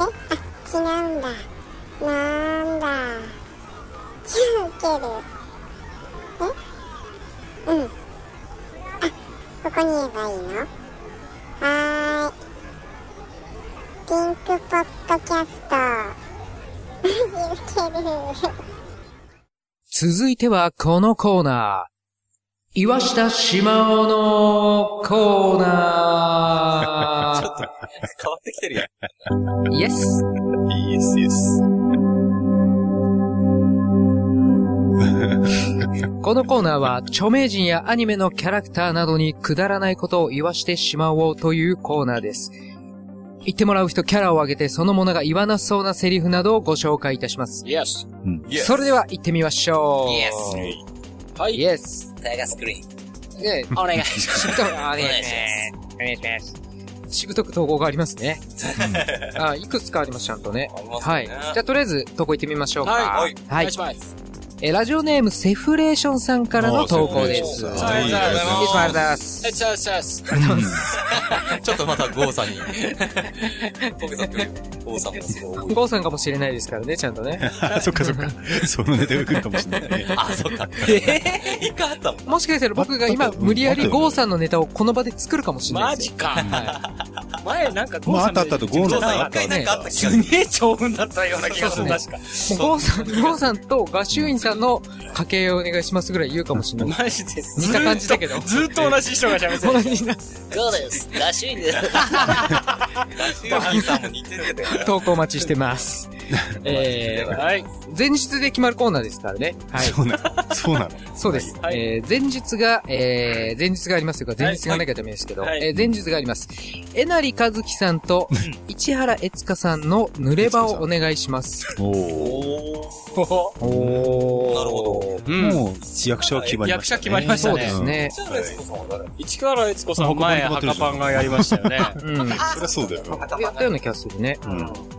A: あ、違うんだ。なんだ。じゃあ受ける。えうん。あ、ここに言えばいいのはーい。ピンクポッドキャスト。マジ受ける。
C: 続いてはこのコーナー。岩下島尾のコーナー。
F: ちょっと、変わってきてるやん。
C: イエス。
D: イエスイエス。
C: このコーナーは、著名人やアニメのキャラクターなどにくだらないことを言わしてしまおうというコーナーです。言ってもらう人、キャラを挙げて、そのものが言わなそうなセリフなどをご紹介いたします。
E: Yes.
C: それでは、行ってみましょう。
E: は
C: イ
E: い。
C: エス。
F: タイガースクリーン。
C: で、
E: お願いします。
C: しぶとく、お願いします。お願いします。しぶとく投稿がありますね。あ、いくつかあります、ちゃんとね。
F: ありますね。
C: はい。じゃあ、とりあえず、投稿行ってみましょうか。
E: はいお
C: は
E: 願
C: い
E: いし。ます。
C: え、ラジオネーム、セフレーションさんからの投稿です。いつ
D: お
C: も
D: ー
E: ありがとうございます
C: ありがとうございます。
E: はい、チャースチャース。
F: ちょっとまた、ゴーさんに。僕さっきより、ゴー郷さんがすごい多い。
C: 郷さんかもしれないですからね、ちゃんとね。
D: そっかそっか。そのネタが来るかもしれないね。
F: あ、そっか。 一回あったもん。
C: もしかしたら僕が今、
D: 待って
C: 無理やり郷さんのネタをこの場で作るかもしれない
E: マ
C: です
E: ジ
C: よ。
E: か。
C: は
E: 前なんか
D: まあ、あったあったと、ゴー
F: 郷
D: の
F: さん
D: あ
F: 一
D: った
F: 回なんかあった
E: す
F: 気がする。
E: げえ長文だったような気がする、
C: そう
E: 確
C: そ
E: か。
C: い。もう郷さん、郷さんと合衆院さんの家系をお願いしますぐらい言うかもしれ ない。
E: マジで。
C: 似た感じだけど
E: ずーっとずーっと同じ人が喋ってる。
G: そうです。らしいです。
F: ハンさんも似てるんだよ。
C: 投稿お待ちしてます。 えー、
E: はい。
C: 前日で決まるコーナーですからね。はい。
D: そうなの。そうなの。
C: そうです。
E: はい
C: えー前日が、えー前日がありますというか、前日がなきゃダメですけど、
E: はい
C: えー前日があります。えなりかずきさんと、市原悦香さんの濡れ場をお願いします。
D: お
C: お
F: なるほ
C: ど。う
D: ー
C: ん。
D: もう、役者は決まりま
E: 役
D: した
E: 者
D: ね。
E: 決まりました
C: そう
E: ね
C: で。すね。
F: じゃあ、レスコさんは誰
E: 市川悦子さん前、
D: 僕も
E: 赤パンがやりましたよ ね。
C: うん。や
D: そりゃそうだよ。
C: ったような気がするね。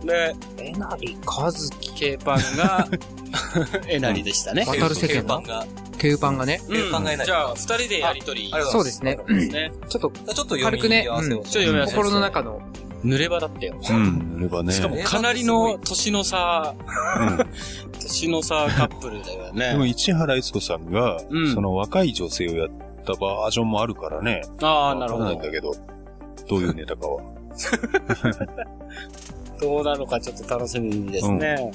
E: で、
C: えなりかずき、
E: K パンが、 えなりでしたね。
C: 渡る世
F: ケンパ
C: 間
F: ン
C: の
F: が。
C: ケウパンがね。
E: うん
F: 考えない
E: じゃあ、二人でやりとり
F: あ。りがと
C: そう
F: ございます
C: ですね。
E: ですね。
C: ちょっと、
F: ちょっと
C: 軽く
F: 読み
C: ね、
F: 合わ
C: う
F: せ
E: ち
C: ん。
F: を。
E: ょっと読み合わせ
C: 心の中の。
E: 濡れ場だったよ。
D: うん、ればね。
E: しかも、かなりの年の差、年の 差カップルだよ
D: でも、
E: ね。
D: 市原悦子さんが、
E: うん
D: その若い女性をやったバージョンもあるからね。
E: ああ、なるほ
D: わか
E: ど
D: んないん。だけど、どういうネタかは。
E: どうなのかちょっと楽しみですね。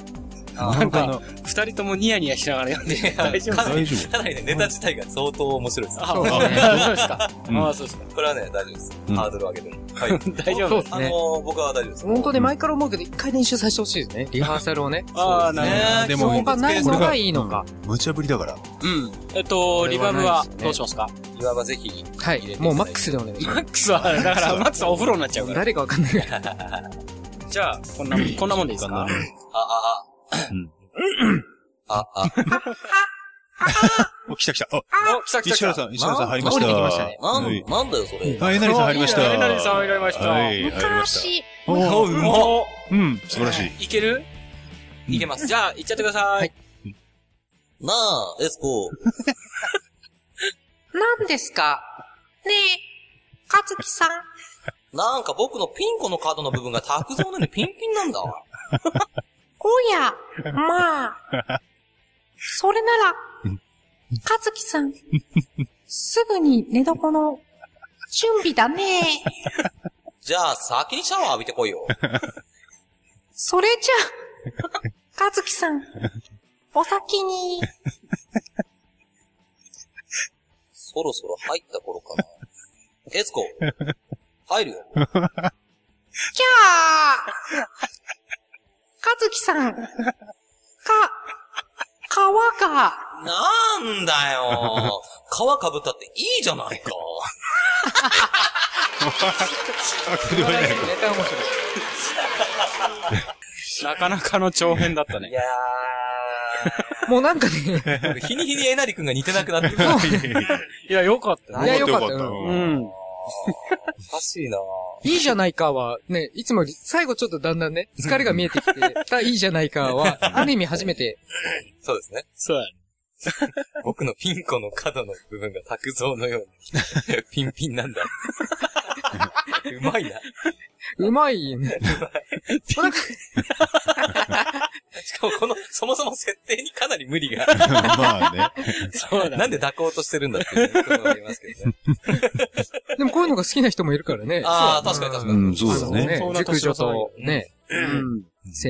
D: なんかな、
E: 二人ともニヤニヤしながら読んでる 大丈夫
F: かなり
D: 大丈
F: かなりね、ネタ自体が相当面白いです。
E: あ、
C: そうです
E: そう
C: ね
E: ですか。
D: うん
E: ああ、そうですか。
F: これはね、大丈夫です
D: う。ん
F: ハードル上げても。はい。
E: 大丈夫
C: そう
E: で。
C: ですす
F: あの
C: ね。
F: ー、僕は大丈夫です。
C: 本当ね、前から思うけど、一回練習させてほしいですね。リハーサルをね。
E: ああ、なるほど。
F: ね
D: で
C: で
D: も
C: も、がないのがいいのか。
D: 夫。無茶ぶりだから。
E: うん。えっと、リバーブはどうしますか
F: いわばぜひ、
C: は
F: 入れていただい
C: い。
F: て
C: もうマックスでお願いします
E: マ。ックスは、だから、マックスはお風呂になっちゃうから。
C: 誰かわかんないから。
E: じゃあ、こんな、こんなもんでいいですか
F: あ、あ、
D: うん。
F: あ、あ、あ、
D: お、来た来た。あ、
E: お、来た来た
D: 石
E: 来
D: 原
E: た。
D: さん、石原さん入りま
C: 降りてきまし
D: したた
C: ね。
F: なん、
D: はい
F: なんだよ、それ。
D: あ、えなりさん入りました。
E: えなりさん入りました
D: はい、入りました。
G: 昔、
D: おーうまっ
E: お
D: うん、素晴らしい。
E: いける
F: いけます。
E: じゃあ、行っちゃってください。
F: なあ、エスコ。
H: 何ですかねえ、かずきさん、
F: なんか僕のピンコのカードの部分が卓上なのにピンピンなんだ。
H: おや、まあ。それなら、かずきさん、すぐに寝床の準備だね
F: じゃあ、先にシャワー浴びてこいよ。
H: それじゃあ、かずきさん、お先に。
F: そろそろ入った頃かな。エスコ。入るよ。
H: じゃあ、かずきさん、か、皮が、
F: なんだ よ。皮かぶったっていいじゃないか。
E: なかなかの長編だった
F: い
E: ね。
F: や
C: もうなんかね、
F: ー。日に日にえなりくんが似てなくなってくる。
E: いや、よかった
C: い
E: ね。
C: やよかった
D: よかった
E: う
D: うん
E: ん。
F: おかしいなぁ。
C: いいじゃないかは、ね、いつもより最後ちょっとだんだんね、疲れが見えてきて、たいいじゃないかは、ある意味初めて、
F: そうですね。
E: そうやね。
F: 僕のピンコの角の部分が卓像のよう に。ピンピンなんだ。うまいな。
C: うまいね。もうなんか
F: しかもこの、そもそも設定にかなり無理が。
D: まあね。
E: そうだ。
F: なんで抱こうとしてるんだっていうのがありますけどね。
C: でもこういうのが好きな人もいるからね。
F: ああ、確かに確か
D: う
F: に。
D: ん、そうだね。
E: そんな
C: 熟
E: 年
C: 女
E: の差
C: と、ね、うん、青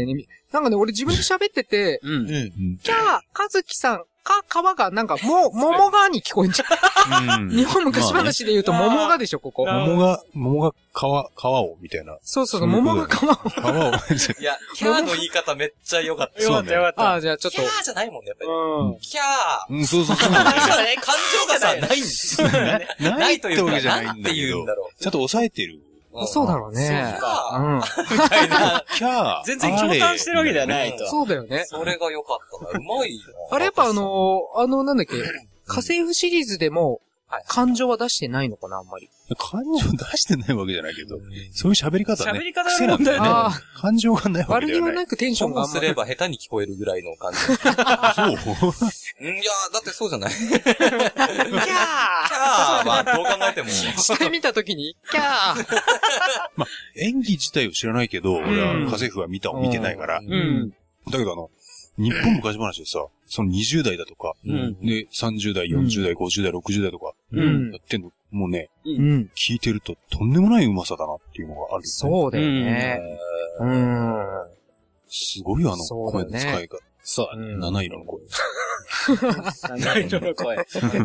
C: 年み、なんかね、俺自分で喋ってて、
E: うん。
C: じゃあ、かずきさん、か、皮が、なんか、も、桃がに聞こえんじゃ
D: うん
C: ん。日本昔
D: まあね
C: 話で言うと、桃がでしょ、ここ。
E: なるほど
D: 桃が、桃が皮、皮を、みたいな。
C: そうそう、
D: そういうこと
C: 桃が皮を。
D: 皮を、
F: いや、キャーの言い方めっちゃ良かった。
E: よかったよかっ
C: あ
E: た。
C: あ、じゃあちょっ
F: キャーじゃないもんね、やっぱり。
E: うん。
F: キャー。
D: うん、そうそうそうなんだよ。
F: 感情がさ、ないんですよ。ないという
D: わ
F: か、
D: けじゃ
F: な
D: な
F: いん
D: んだ
F: て
D: け
F: 言うん
D: ど
F: だ。ろ
D: ちゃんと抑えてる。
F: う。
C: と、そうだ
F: ろ。
C: ろうね
F: そう。か。
C: うん。
F: みたいな。
D: キャー。
E: 全然共感してるわけではないと。
C: そうだよね。
F: それが良かったな。うまいな。
C: あれやっぱあのー、あの、なんだっけ、家政婦シリーズでも、
F: はい
C: 感情は出してないのかな、あんまり。
D: 感情出してないわけじゃないけど、そういう喋り方ね。
E: 喋り方の
D: 癖なんだよね
C: 問題ね。
D: 感情がないわけ
C: 悪
D: で
C: 気
D: は
C: は
D: ない。
C: なくテンショ
F: と
C: ンが
F: も
C: あんますり
F: れ。ば下手に聞こえるぐらいの感じ。
D: そう。
F: うんいやー、だってそうじゃない。キャ
C: キ
F: ー
C: ャー
F: まあ、どう考えても。
C: 下見たときに、キャー
D: 演技自体を知らないけど、俺は家政婦は見たを見てないから。
F: う
D: だ
F: ん
C: うん。
D: けどあの、日本昔話でさ、その20代だとか、
F: うん
D: で、30代、40代、50代、60代とか、
C: う
D: や
C: ん。
D: ってんの、もうね、
C: うん。
D: 聞いてるととんでもないうまさだなっていうのがある、ね。う。
C: そうだよね。うん。
D: すごいあの
C: そうだ
D: 声
C: ね
D: の使い方。さあ、
C: うん
D: 七色の声。
G: 何色の 声。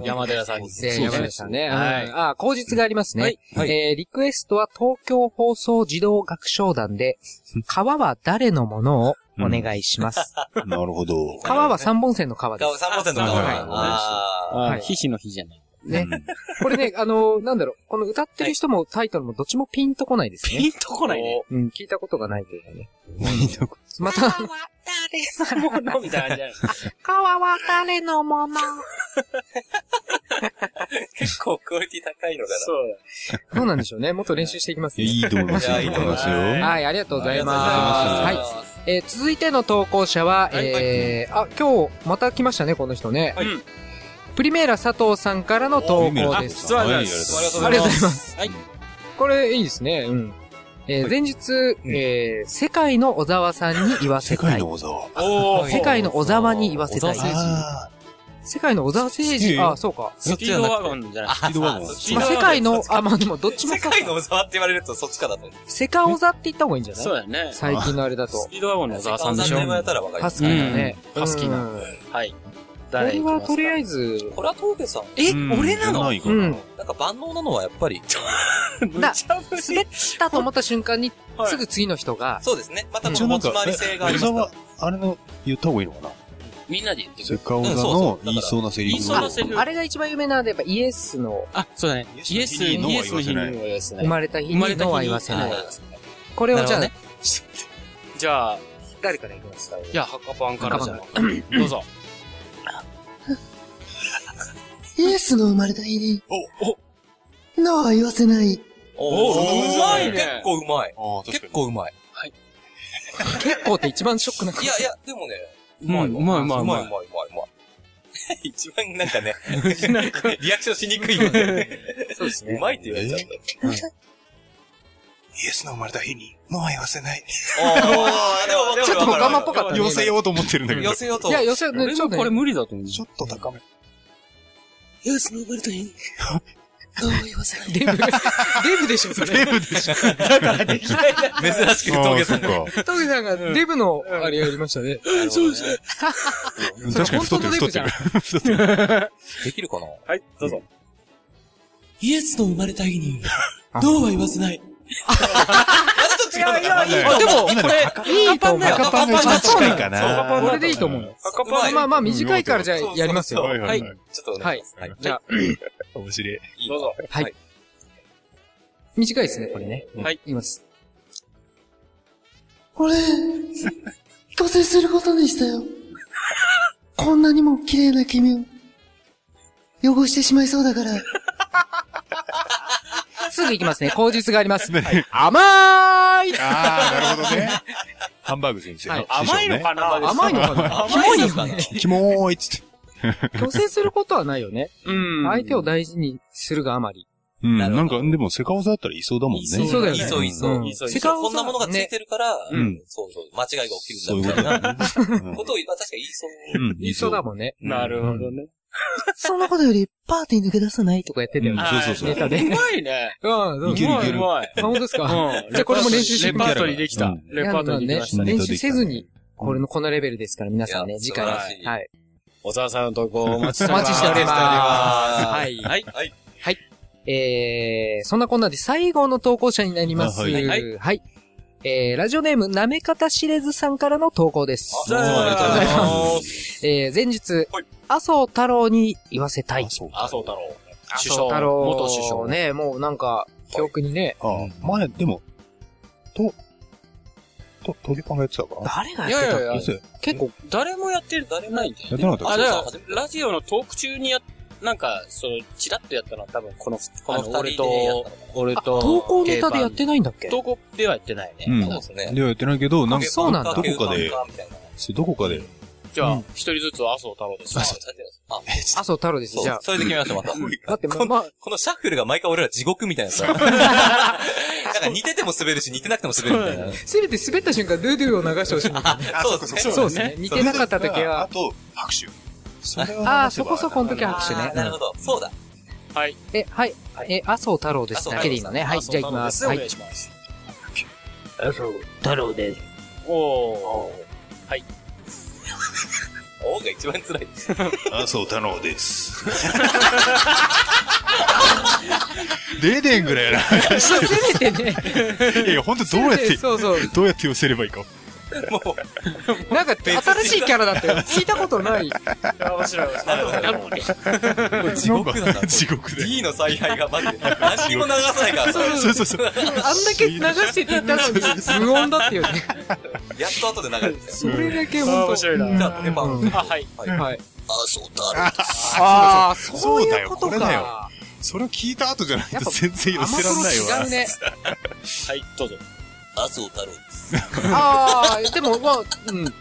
G: 山寺さんに。
C: で、山田さんね。
G: は
C: はいい。。あ、口実がありますね。
F: はいはい
C: えーリクエストは東京放送児童学唱団 で、川は誰のものをお願いします。
D: なるほど。
C: 川は三本線の川で
F: だ
C: す。
F: 三本線の顔
E: はい
F: あ
C: は
E: あ
C: い
E: ひしの日じゃない。
C: ね
D: うん
C: これね、あの、なんだろう、この歌ってる人もタイトルもどっちもピンとこないです
E: ピ
C: ね。
E: ンとこない ね。
C: うん、聞いたことがないというかね。ま
H: 川
C: た、
H: は誰のもの
E: みたいな感じじゃない。
H: 川は誰のもの
F: ー結構クオリティ高いのかな。
E: そう
C: どうなんでしょうね。もっと練習していきます
D: いや
C: ね。
D: いいと思いますよ。
F: いやいいと思います
E: よ
C: はい、ありがとうございます。
F: あ
C: は
F: り
C: い
F: がとうございま。
C: えー続いての投稿者は、
F: はい
C: えーあ、今日、また来ましたね、この人ね。
E: はい
C: プリメーラ佐藤さんからの投稿
E: あ、
C: です。
E: 実はありがとうございます。。
C: ありがとうございます
E: はい。
C: これ、いいですね。うん。えー前日、えー世界の小沢さんに言わ
D: 世
C: せ
D: 界
C: たい
D: の。小沢。
E: おー。
C: 世界の小沢に言わせたい
F: 小。沢誠
D: あ
C: 世界の小沢誠
D: え
C: 二。あ、そうか。
E: スピードワゴンじゃない。
D: あ、スピードワゴン。
E: スピー
C: ま
E: ド
C: あ、
E: ワゴン
C: 世界の、あ、まあでもどっちも
F: 世
C: か。
F: 界の小沢って言われるとそっちかだと思う。
C: 世界小沢って言った方がいいんじゃない
E: そうだよね。ス
C: 最近のあれだと。
E: ピードワゴンの小沢さんでしょ
F: 言われたらわかり
C: ハ
F: ま
C: ス
F: す。
C: キーなね。
E: うんハスキーな
C: うん
E: はい。
C: こ
E: 誰
C: れ
E: いき
C: は
E: ます
C: と
E: か
C: りあえず、
F: これは峠さん。
E: え
D: うんないか
C: う。
D: なん
F: なんか万能なのはやっぱり。
C: だ、滑ったと思った瞬間に、すぐ次の人が、
F: そうですね。またこ
D: 一応
F: の
D: な
F: 持
D: んか
F: ち回り性があ
D: 小
F: りますから
D: 沢。、あれの、言った方がいいのかな
E: みんなで言ってく
D: セ
E: る。
D: カオザの言いそうなセリ
E: 言い
D: フ
E: そ
D: を
E: うなセリフ
C: あれが一番有名なので、やっぱイエスの
E: あ、そうだね。イエス、イエスの日には言わせな
C: 生
E: い。
C: まれた日
E: 生まれ
C: に
E: た
C: のは
E: 日
C: 言
E: に
C: わせない
F: は。
C: これをじゃあ
F: なる、
E: じゃあ、
C: 誰からいきますか
E: じゃあ、ハカパンからじゃ
C: ハ
E: ん。どうぞ。
I: イエスの生まれた日に、
E: お、お、
I: のは言わせない。
F: お
E: お
F: ー
E: うまいね
F: 結構うまい。
D: ああ、確か
F: 結
D: に。
F: 構うまい。
C: 結構って一番ショックな。
F: いやいや、でもね、
E: うまい
F: わ
E: うまいうまいうう
F: ま
E: まいう
F: いまいうまいうまい。 一番なんかね、 リアクションしにくいよね。
C: そうです
F: うまいって言われちゃっ
D: イエスの生まれた日に、のは言わせない。
F: た。あーでも
C: ちょっと
F: わかる
C: ガマっぽかったね。
D: 寄せようと思ってるんだけど
F: 寄。せようと
C: い。や、寄せ、ね、ちょっと
E: これ
C: ね、
E: 無理だと思う。
D: ちょっと高め。
I: イエスの生まれた日に、のは言わせない。
C: デブ、デブでしょ、それ。
F: 珍しく峠さんが。
D: ああそっか
C: トゲさんがデブの、あれやりましたね。
F: そうですね。
D: 確かに太ってる、太ってる。太ってる。
F: できるかな
E: はい、どうぞ。
I: イエスの生まれた日に、のは言わせ ない。
F: いやいやい
C: あ、でも、
D: 今
C: こ
D: の
C: れ、いいと思う。
D: 赤パンが一番近いかな。
C: そう
D: は
C: これでいいと思うよ。
F: 赤
C: まあまあまあ、短いからじゃあ
F: そうそうそう
C: やりますよ。
D: いはいはい。
F: ちょっとね。はい。
C: じゃあ、
D: 面白い。
F: どうぞ。
C: はい。短いですね、これね。
E: はい。
C: 言います。
I: 俺、虚勢することにしたよ。こんなにも綺麗な君を、汚してしまいそうだから。
C: すぐ行きますね。口実があります。甘い
D: ああ、なるほどね。ハンバーグ先生。
C: はい
E: 甘いのかな
C: 甘いのかなキモい よね。
D: キモーいっつって。
C: 虚勢することはないよね。
E: うん。
C: 相手を大事にするがあまり。
D: うん、
F: な
D: な
F: るほど
D: んか、でも、セカオザだったらいそうだもんね。
F: いそう
C: そうだよ
F: い
C: ね
F: そういそう。
C: ん
E: いいそういい
F: 世
E: そう
F: 界こんなものがついてるから、
D: ねうん
F: そうそう、間違いが起き
D: そ
F: る
D: うい
F: んだ
D: うこ
F: み
D: と
F: たいな
D: だね。
F: ことを確かに言いそう。
D: うん
C: 言いそうだもんね。
E: なるほどね。
I: そんなことより、パーティー抜け出さない
C: とかやってたよ
D: うん
C: ね。
D: そうそうそう
C: ネタで。
E: うまいね。
C: うん、そう
D: いけるいけ
E: う
D: る
E: まい。
C: あ、本当ですか
E: うん。
C: じゃあこれも練習して
E: レ
C: み
E: パ
C: た
E: ー
C: い
E: トリーでき
D: う
E: た
D: ん。
E: レパートリーできました。
D: ね
C: 練習せずに、これの、このレベルですから、皆さん
F: い
C: ね、
F: や
C: 次回
F: 素晴らしい
C: は。はい。
E: 小沢さんの投稿お待ちしてお
C: お
E: ります。
C: 待ちしております。は
F: はい
C: い。
E: はい。
F: はい。
C: えー、そんなこんなで最後の投稿者になります。は。
D: あはいい
E: はい
C: えー、ラジオネーム、なめかたしれずさんからの投稿です。
F: ありがとうござい
E: す。
C: えー、前日
F: はい、
C: 麻生太郎に言わせたい。
D: あ、そう。
E: 麻生太郎。
C: 麻
E: 首
C: 生
E: 相。
C: 太郎。
E: 元首相。
C: ね、もうなんか、記憶にね、
D: ああ、前、でも、と、と、トゲパンがやってたか
C: 誰が
E: い
C: やっ
E: や
C: て
E: い
C: た
E: やいや
D: 嘘や
E: 結構、誰もやってる、誰もないんだよ
D: ってなかった
E: あ、だから、ラジオのトーク中にやっ
G: なんか、その、チラッとやったのは多分この、この
F: あの
G: 二人
F: 俺でやった
G: と、俺と、
C: 投稿ネタでやってないんだっけ
G: 投稿ではやってないね。
D: うん。
F: そうですね。
D: ではやってないけど、なんか、
C: そうなんだ
D: どこかで、
F: みたいな。
D: そうどこかで、
G: じゃあ、一人ずつ麻生太郎です。
F: あ、
C: 麻生太郎です、
F: そう
C: じゃあ。
F: それで決めました、また。
C: だって、ま、まあ、
F: このシャッフルが毎回俺ら地獄みたいな さ。なんか似てても滑るし、似てなくても滑るみたい
C: せめて滑った瞬間、ドゥドゥを流してほしいんだけどね。
F: な。そうですね。
C: そうですね。似てなかった時
D: あ
C: は、
D: と、拍手。それを流せば
C: ああ、そこそこの時は拍手
F: あ
C: ね
F: ー。なるほど。そうだ。
C: え、はい。え、麻生太郎です。
F: 麻生太
C: だ
F: 郎
C: けでいいのね。はい、じゃあ行きます。は
G: お
C: い
G: 願。いします。
E: 麻生太郎です。おー。
F: おーが一番辛い。
D: 麻生太郎です。0点ぐらいやな。
C: せめてね、
D: いやいや、ほんとどうやって、
C: そうそう。
D: どうやって寄せればいいか。
F: もう、
C: なんか、新しいキャラだったよ。聞いたことない。
G: 面白い。
F: なるほど
G: なるほどね。
F: もう地獄なん
D: な
F: だ
D: ん。か地獄で
F: D の采配がマジで。何にも流さないからさ。
D: そうそうそう。
C: あんだけ流してて言ったのに、無音だったよね。
F: やっと後で流れてきたよ。
C: それだけ
G: あー
C: 本
G: 面
C: 当
G: 白いな。
F: じゃあ、ね、ま
C: うん
F: あ、
G: あ、はい。
C: はい。
F: そうだろ
C: ああ、
D: そ
C: そうう
D: だ
C: い
D: よ
C: うこと
D: これだ
C: か
D: よ。それを聞いた後じゃない
C: やっ
D: と
C: ぱ
D: 全然寄
C: 甘
D: せられない
C: そ
D: わ。
C: 違うね。
G: はい、どうぞ。
F: う。麻生太郎です。
C: ああ、でも、まあ、うん。い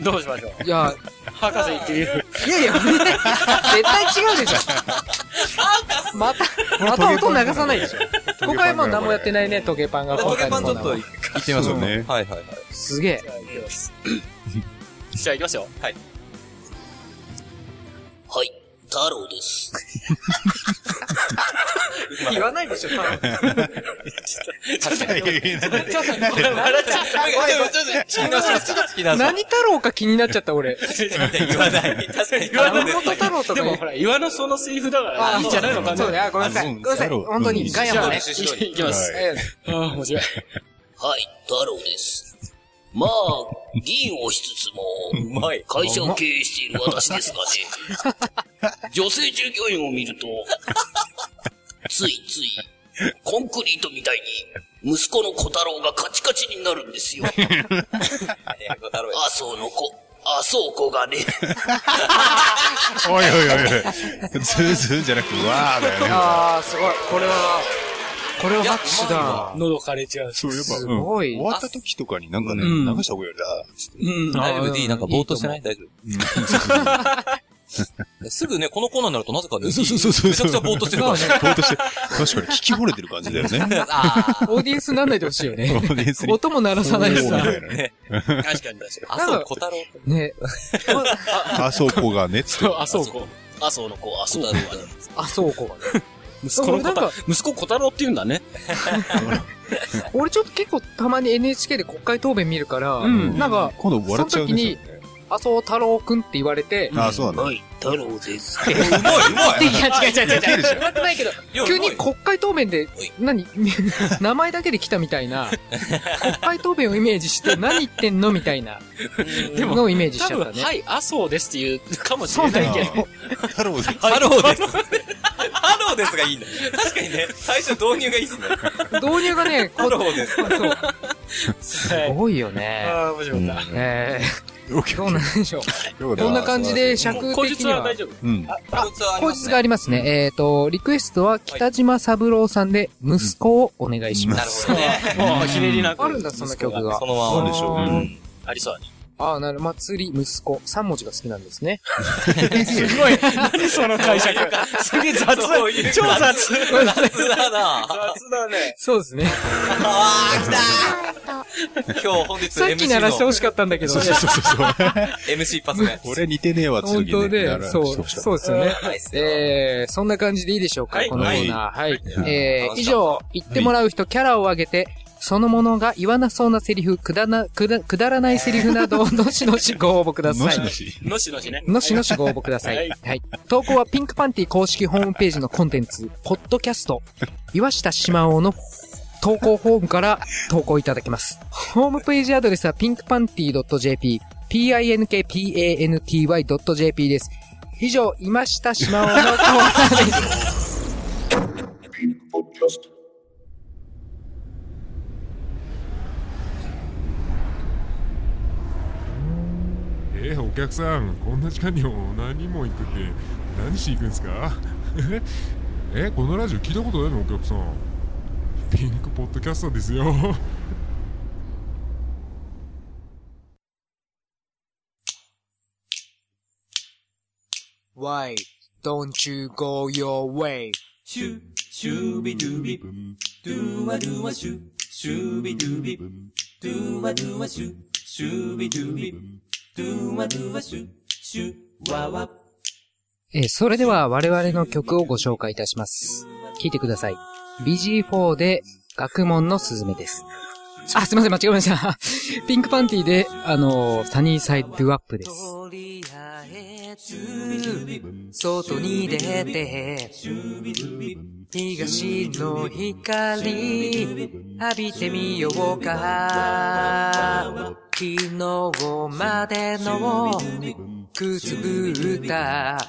G: どうしましょう。
C: や、
G: 博士行ってみる。
C: いやいや、絶対違うでしょ。また、また音流さないでしょ。ここはもう何もやってないね、時計パンが。
F: トゲパンちょっと、
C: 今
F: は
C: 回のコーナーは
F: い
D: 行ってみましょうね。
F: はいはい。
C: すげえ。
G: じゃあ、行きます。じゃあ、行きますよ。はい。
F: はい、太郎です。
C: 言わないでしょ、
F: 笑っちゃった。ちょっと、ちょっと、ちょっと、ちょっ と、
C: 何太郎か気になっちゃった、俺。
F: 言わない。確かに言わな
C: 山
F: い。
C: 本太郎とか
G: で
C: 言う。
G: も、ほら、岩のそのセリフだから、いいんじゃないのかな。
C: そうね、あごめんなさい。ごめんなさい。
D: あそう
C: 本当に、ガヤもね。
G: いきます。
D: はい
G: ああ、面白い。
J: はい、太郎です。まあ、議員をしつつも、
F: うまい。
J: 会社を経営している私ですが ね、女性従業員を見ると、ついつい、コンクリートみたいに、息子の小太郎がカチカチになるん ですよ。
F: ね、太郎
J: 麻生の子、麻生子がね、
D: おいおいおいおい。ズーズーじゃなくて、わーだよね。
C: ああ、すごい。これは、これは拍手
F: いやうまい
C: だ。
G: 喉枯れちゃう。
D: そう、やっぱ、
C: す
D: うん
C: ごい
D: 終わった時とかになんかね、
C: うん
D: 流した方がいいよな。
C: うん。
F: だいぶ D なんかぼーっとしてないい大丈夫。すぐね、このコーナーになるとなぜかね、
D: そうそうそうそう
F: めちゃくちゃぼーっとしてるからね。
D: ぼーっとして、確かに聞き惚れてる感じだよね。
F: あ
C: と思うオーディエンスになんないでほしいよ ね。
D: オーディエンスに
C: 音も鳴らさないで
D: おーみ
C: さ。
D: たいなね。
G: 確かに確かに。
F: あ、そう、小太郎。
C: ね。
D: あそこがね、つって。
G: あ、そうこ。
J: 麻生の子、麻生
F: 小
J: 子
F: 太
J: が
F: 郎は
J: ね、
F: ね。
C: あ、そうこがね。
G: 息子の小
C: なん
G: 太
C: か
G: 郎、息子小太郎って言うんだね。
C: 俺ちょっと結構たまに NHK で国会答弁見るから、
D: ん
C: なんか、
D: 今度笑っちゃうんですよね。
C: 麻生太郎くんって言われて、
D: あ、そうなんだ。
J: はい、太郎です。
F: うまい、うま
C: い
F: い。
C: や、違う違う違う違う。
D: てるじゃん
C: なってないけど、急に国会答弁で、何 名前だけで来たみたいな、国会答弁をイメージして、何言ってんのみたいな、のをイメージし
G: 多
C: ちゃった
G: 分、
C: ね。
G: はい、麻生ですって言うかもしれないけど。
D: 太郎です。
F: ハローです。ハローですがいいんだ。確かにね、最初導入がいいっすね。
C: 導入がね、こ
F: ハローです。
C: そう
G: は
C: す
G: い
C: ごいよね。
G: ああ、面白かっ
C: え
D: オッケ
C: ー、
D: ー
C: ど
D: オ
C: う
D: ッ
C: なんでしょう。
D: ケーよかった
C: どんな感じで尺
G: た。口
C: 的
G: 述
C: に
G: は
C: は
G: 大。丈夫。
D: うん。
F: こいつはあり
C: 後
F: ます
C: 日が
F: ね
C: ありますね。えっ、と、リクエストは北島三郎さんで、息子をお願いしま
F: なる
C: す。
F: ほどね。
G: もう、ひねりなく。
C: あるんだ、そんな曲が
F: そ。のま
D: そ
F: ま
D: うでしょう。うん。
G: ありそうだね。
C: ああ、なる、祭り、息子。三文字が好きなんです ね。
G: すごい。 何その解釈。すげえ雑。
F: そういう
G: 超雑。
F: 雑だな
G: 雑だね。
C: そうですね。
F: あー、来た今日本日
C: さっき鳴
F: MC
C: らしてほ
F: の、
C: しかったんだけど
D: そう
C: ね。
D: そうそうそう。
F: MC 一発目。
D: 俺似てねえわ、
C: 本
D: 次ね。
C: 当
D: な
C: で、
D: ら
C: そう、そうですよね。えー、そんな感じでいいでしょうか、
G: はい
C: このコーナー。はい。え
F: は
C: ー、
F: い
C: 以上、言ってもらう人、キャラを上げて、そのものが言わなそうなセリフ、くだな、くだ、くだらないセリフなどを、どしどしご応募くださ
D: の
C: い
D: し。の
G: のし
D: し。
G: のしね。
C: のしのしご応募ください。はい。投稿はピンクパンティ公式ホームページのコンテンツ、ポッドキャスト、岩下島尾の投稿フォームから 投稿いただけます。ホームページアドレスはピンクパンティ .jp、pinkpanty.jp です。以上、今下島尾のコーナーです。
K: えーお客さんこんな時間にお何も行くって何しに行くんですか えこのラジオ聞いたことないのお客さんピンクポッドキャストですよ
C: Why don't you go your way?
F: シュ、シュビドゥビ、ドゥワドゥワシュ、シュビドゥビ、ドゥワドゥワシュ、シュビドゥビ、ドゥワドゥワシュ、シュワワ。
H: えーそれでは我々の曲をご紹介いたします。聴いてください。BG4 で、学問のすずめです。あ、すいません、間違えました。 ピンクパンティーで、あのーサニーサイドアップです。
C: 外に出て、東の光、浴びてみようか。昨日までのくすぶった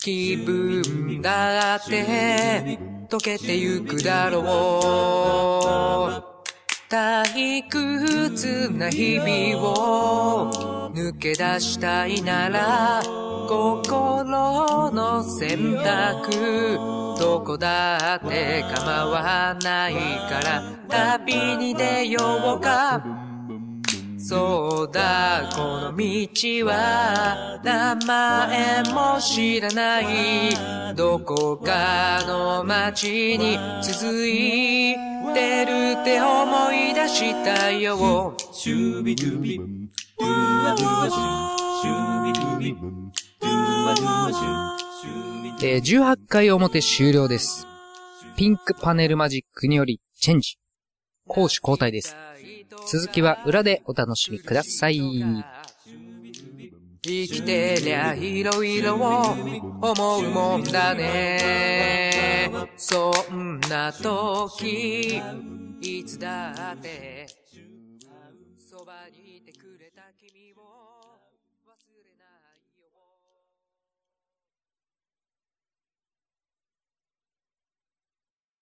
C: 気分だって溶けてゆくだろう。退屈な日々を抜け出したいなら心の選択どこだって構わないから旅に出ようかそうだこの道は名前も知らないどこかの街に続いてるって思い出したよ
F: シュビドゥビ、ドゥワドゥワシュ、シュビドゥビ、ドゥワドゥワシュ。
H: えー18回表終了です。ピンクパネルマジックによりチェンジ。攻守交代です。続きは裏でお楽しみください。
C: 生きてりゃいろいろ思うもんだねそんな時いつだってそばにいてくれたけど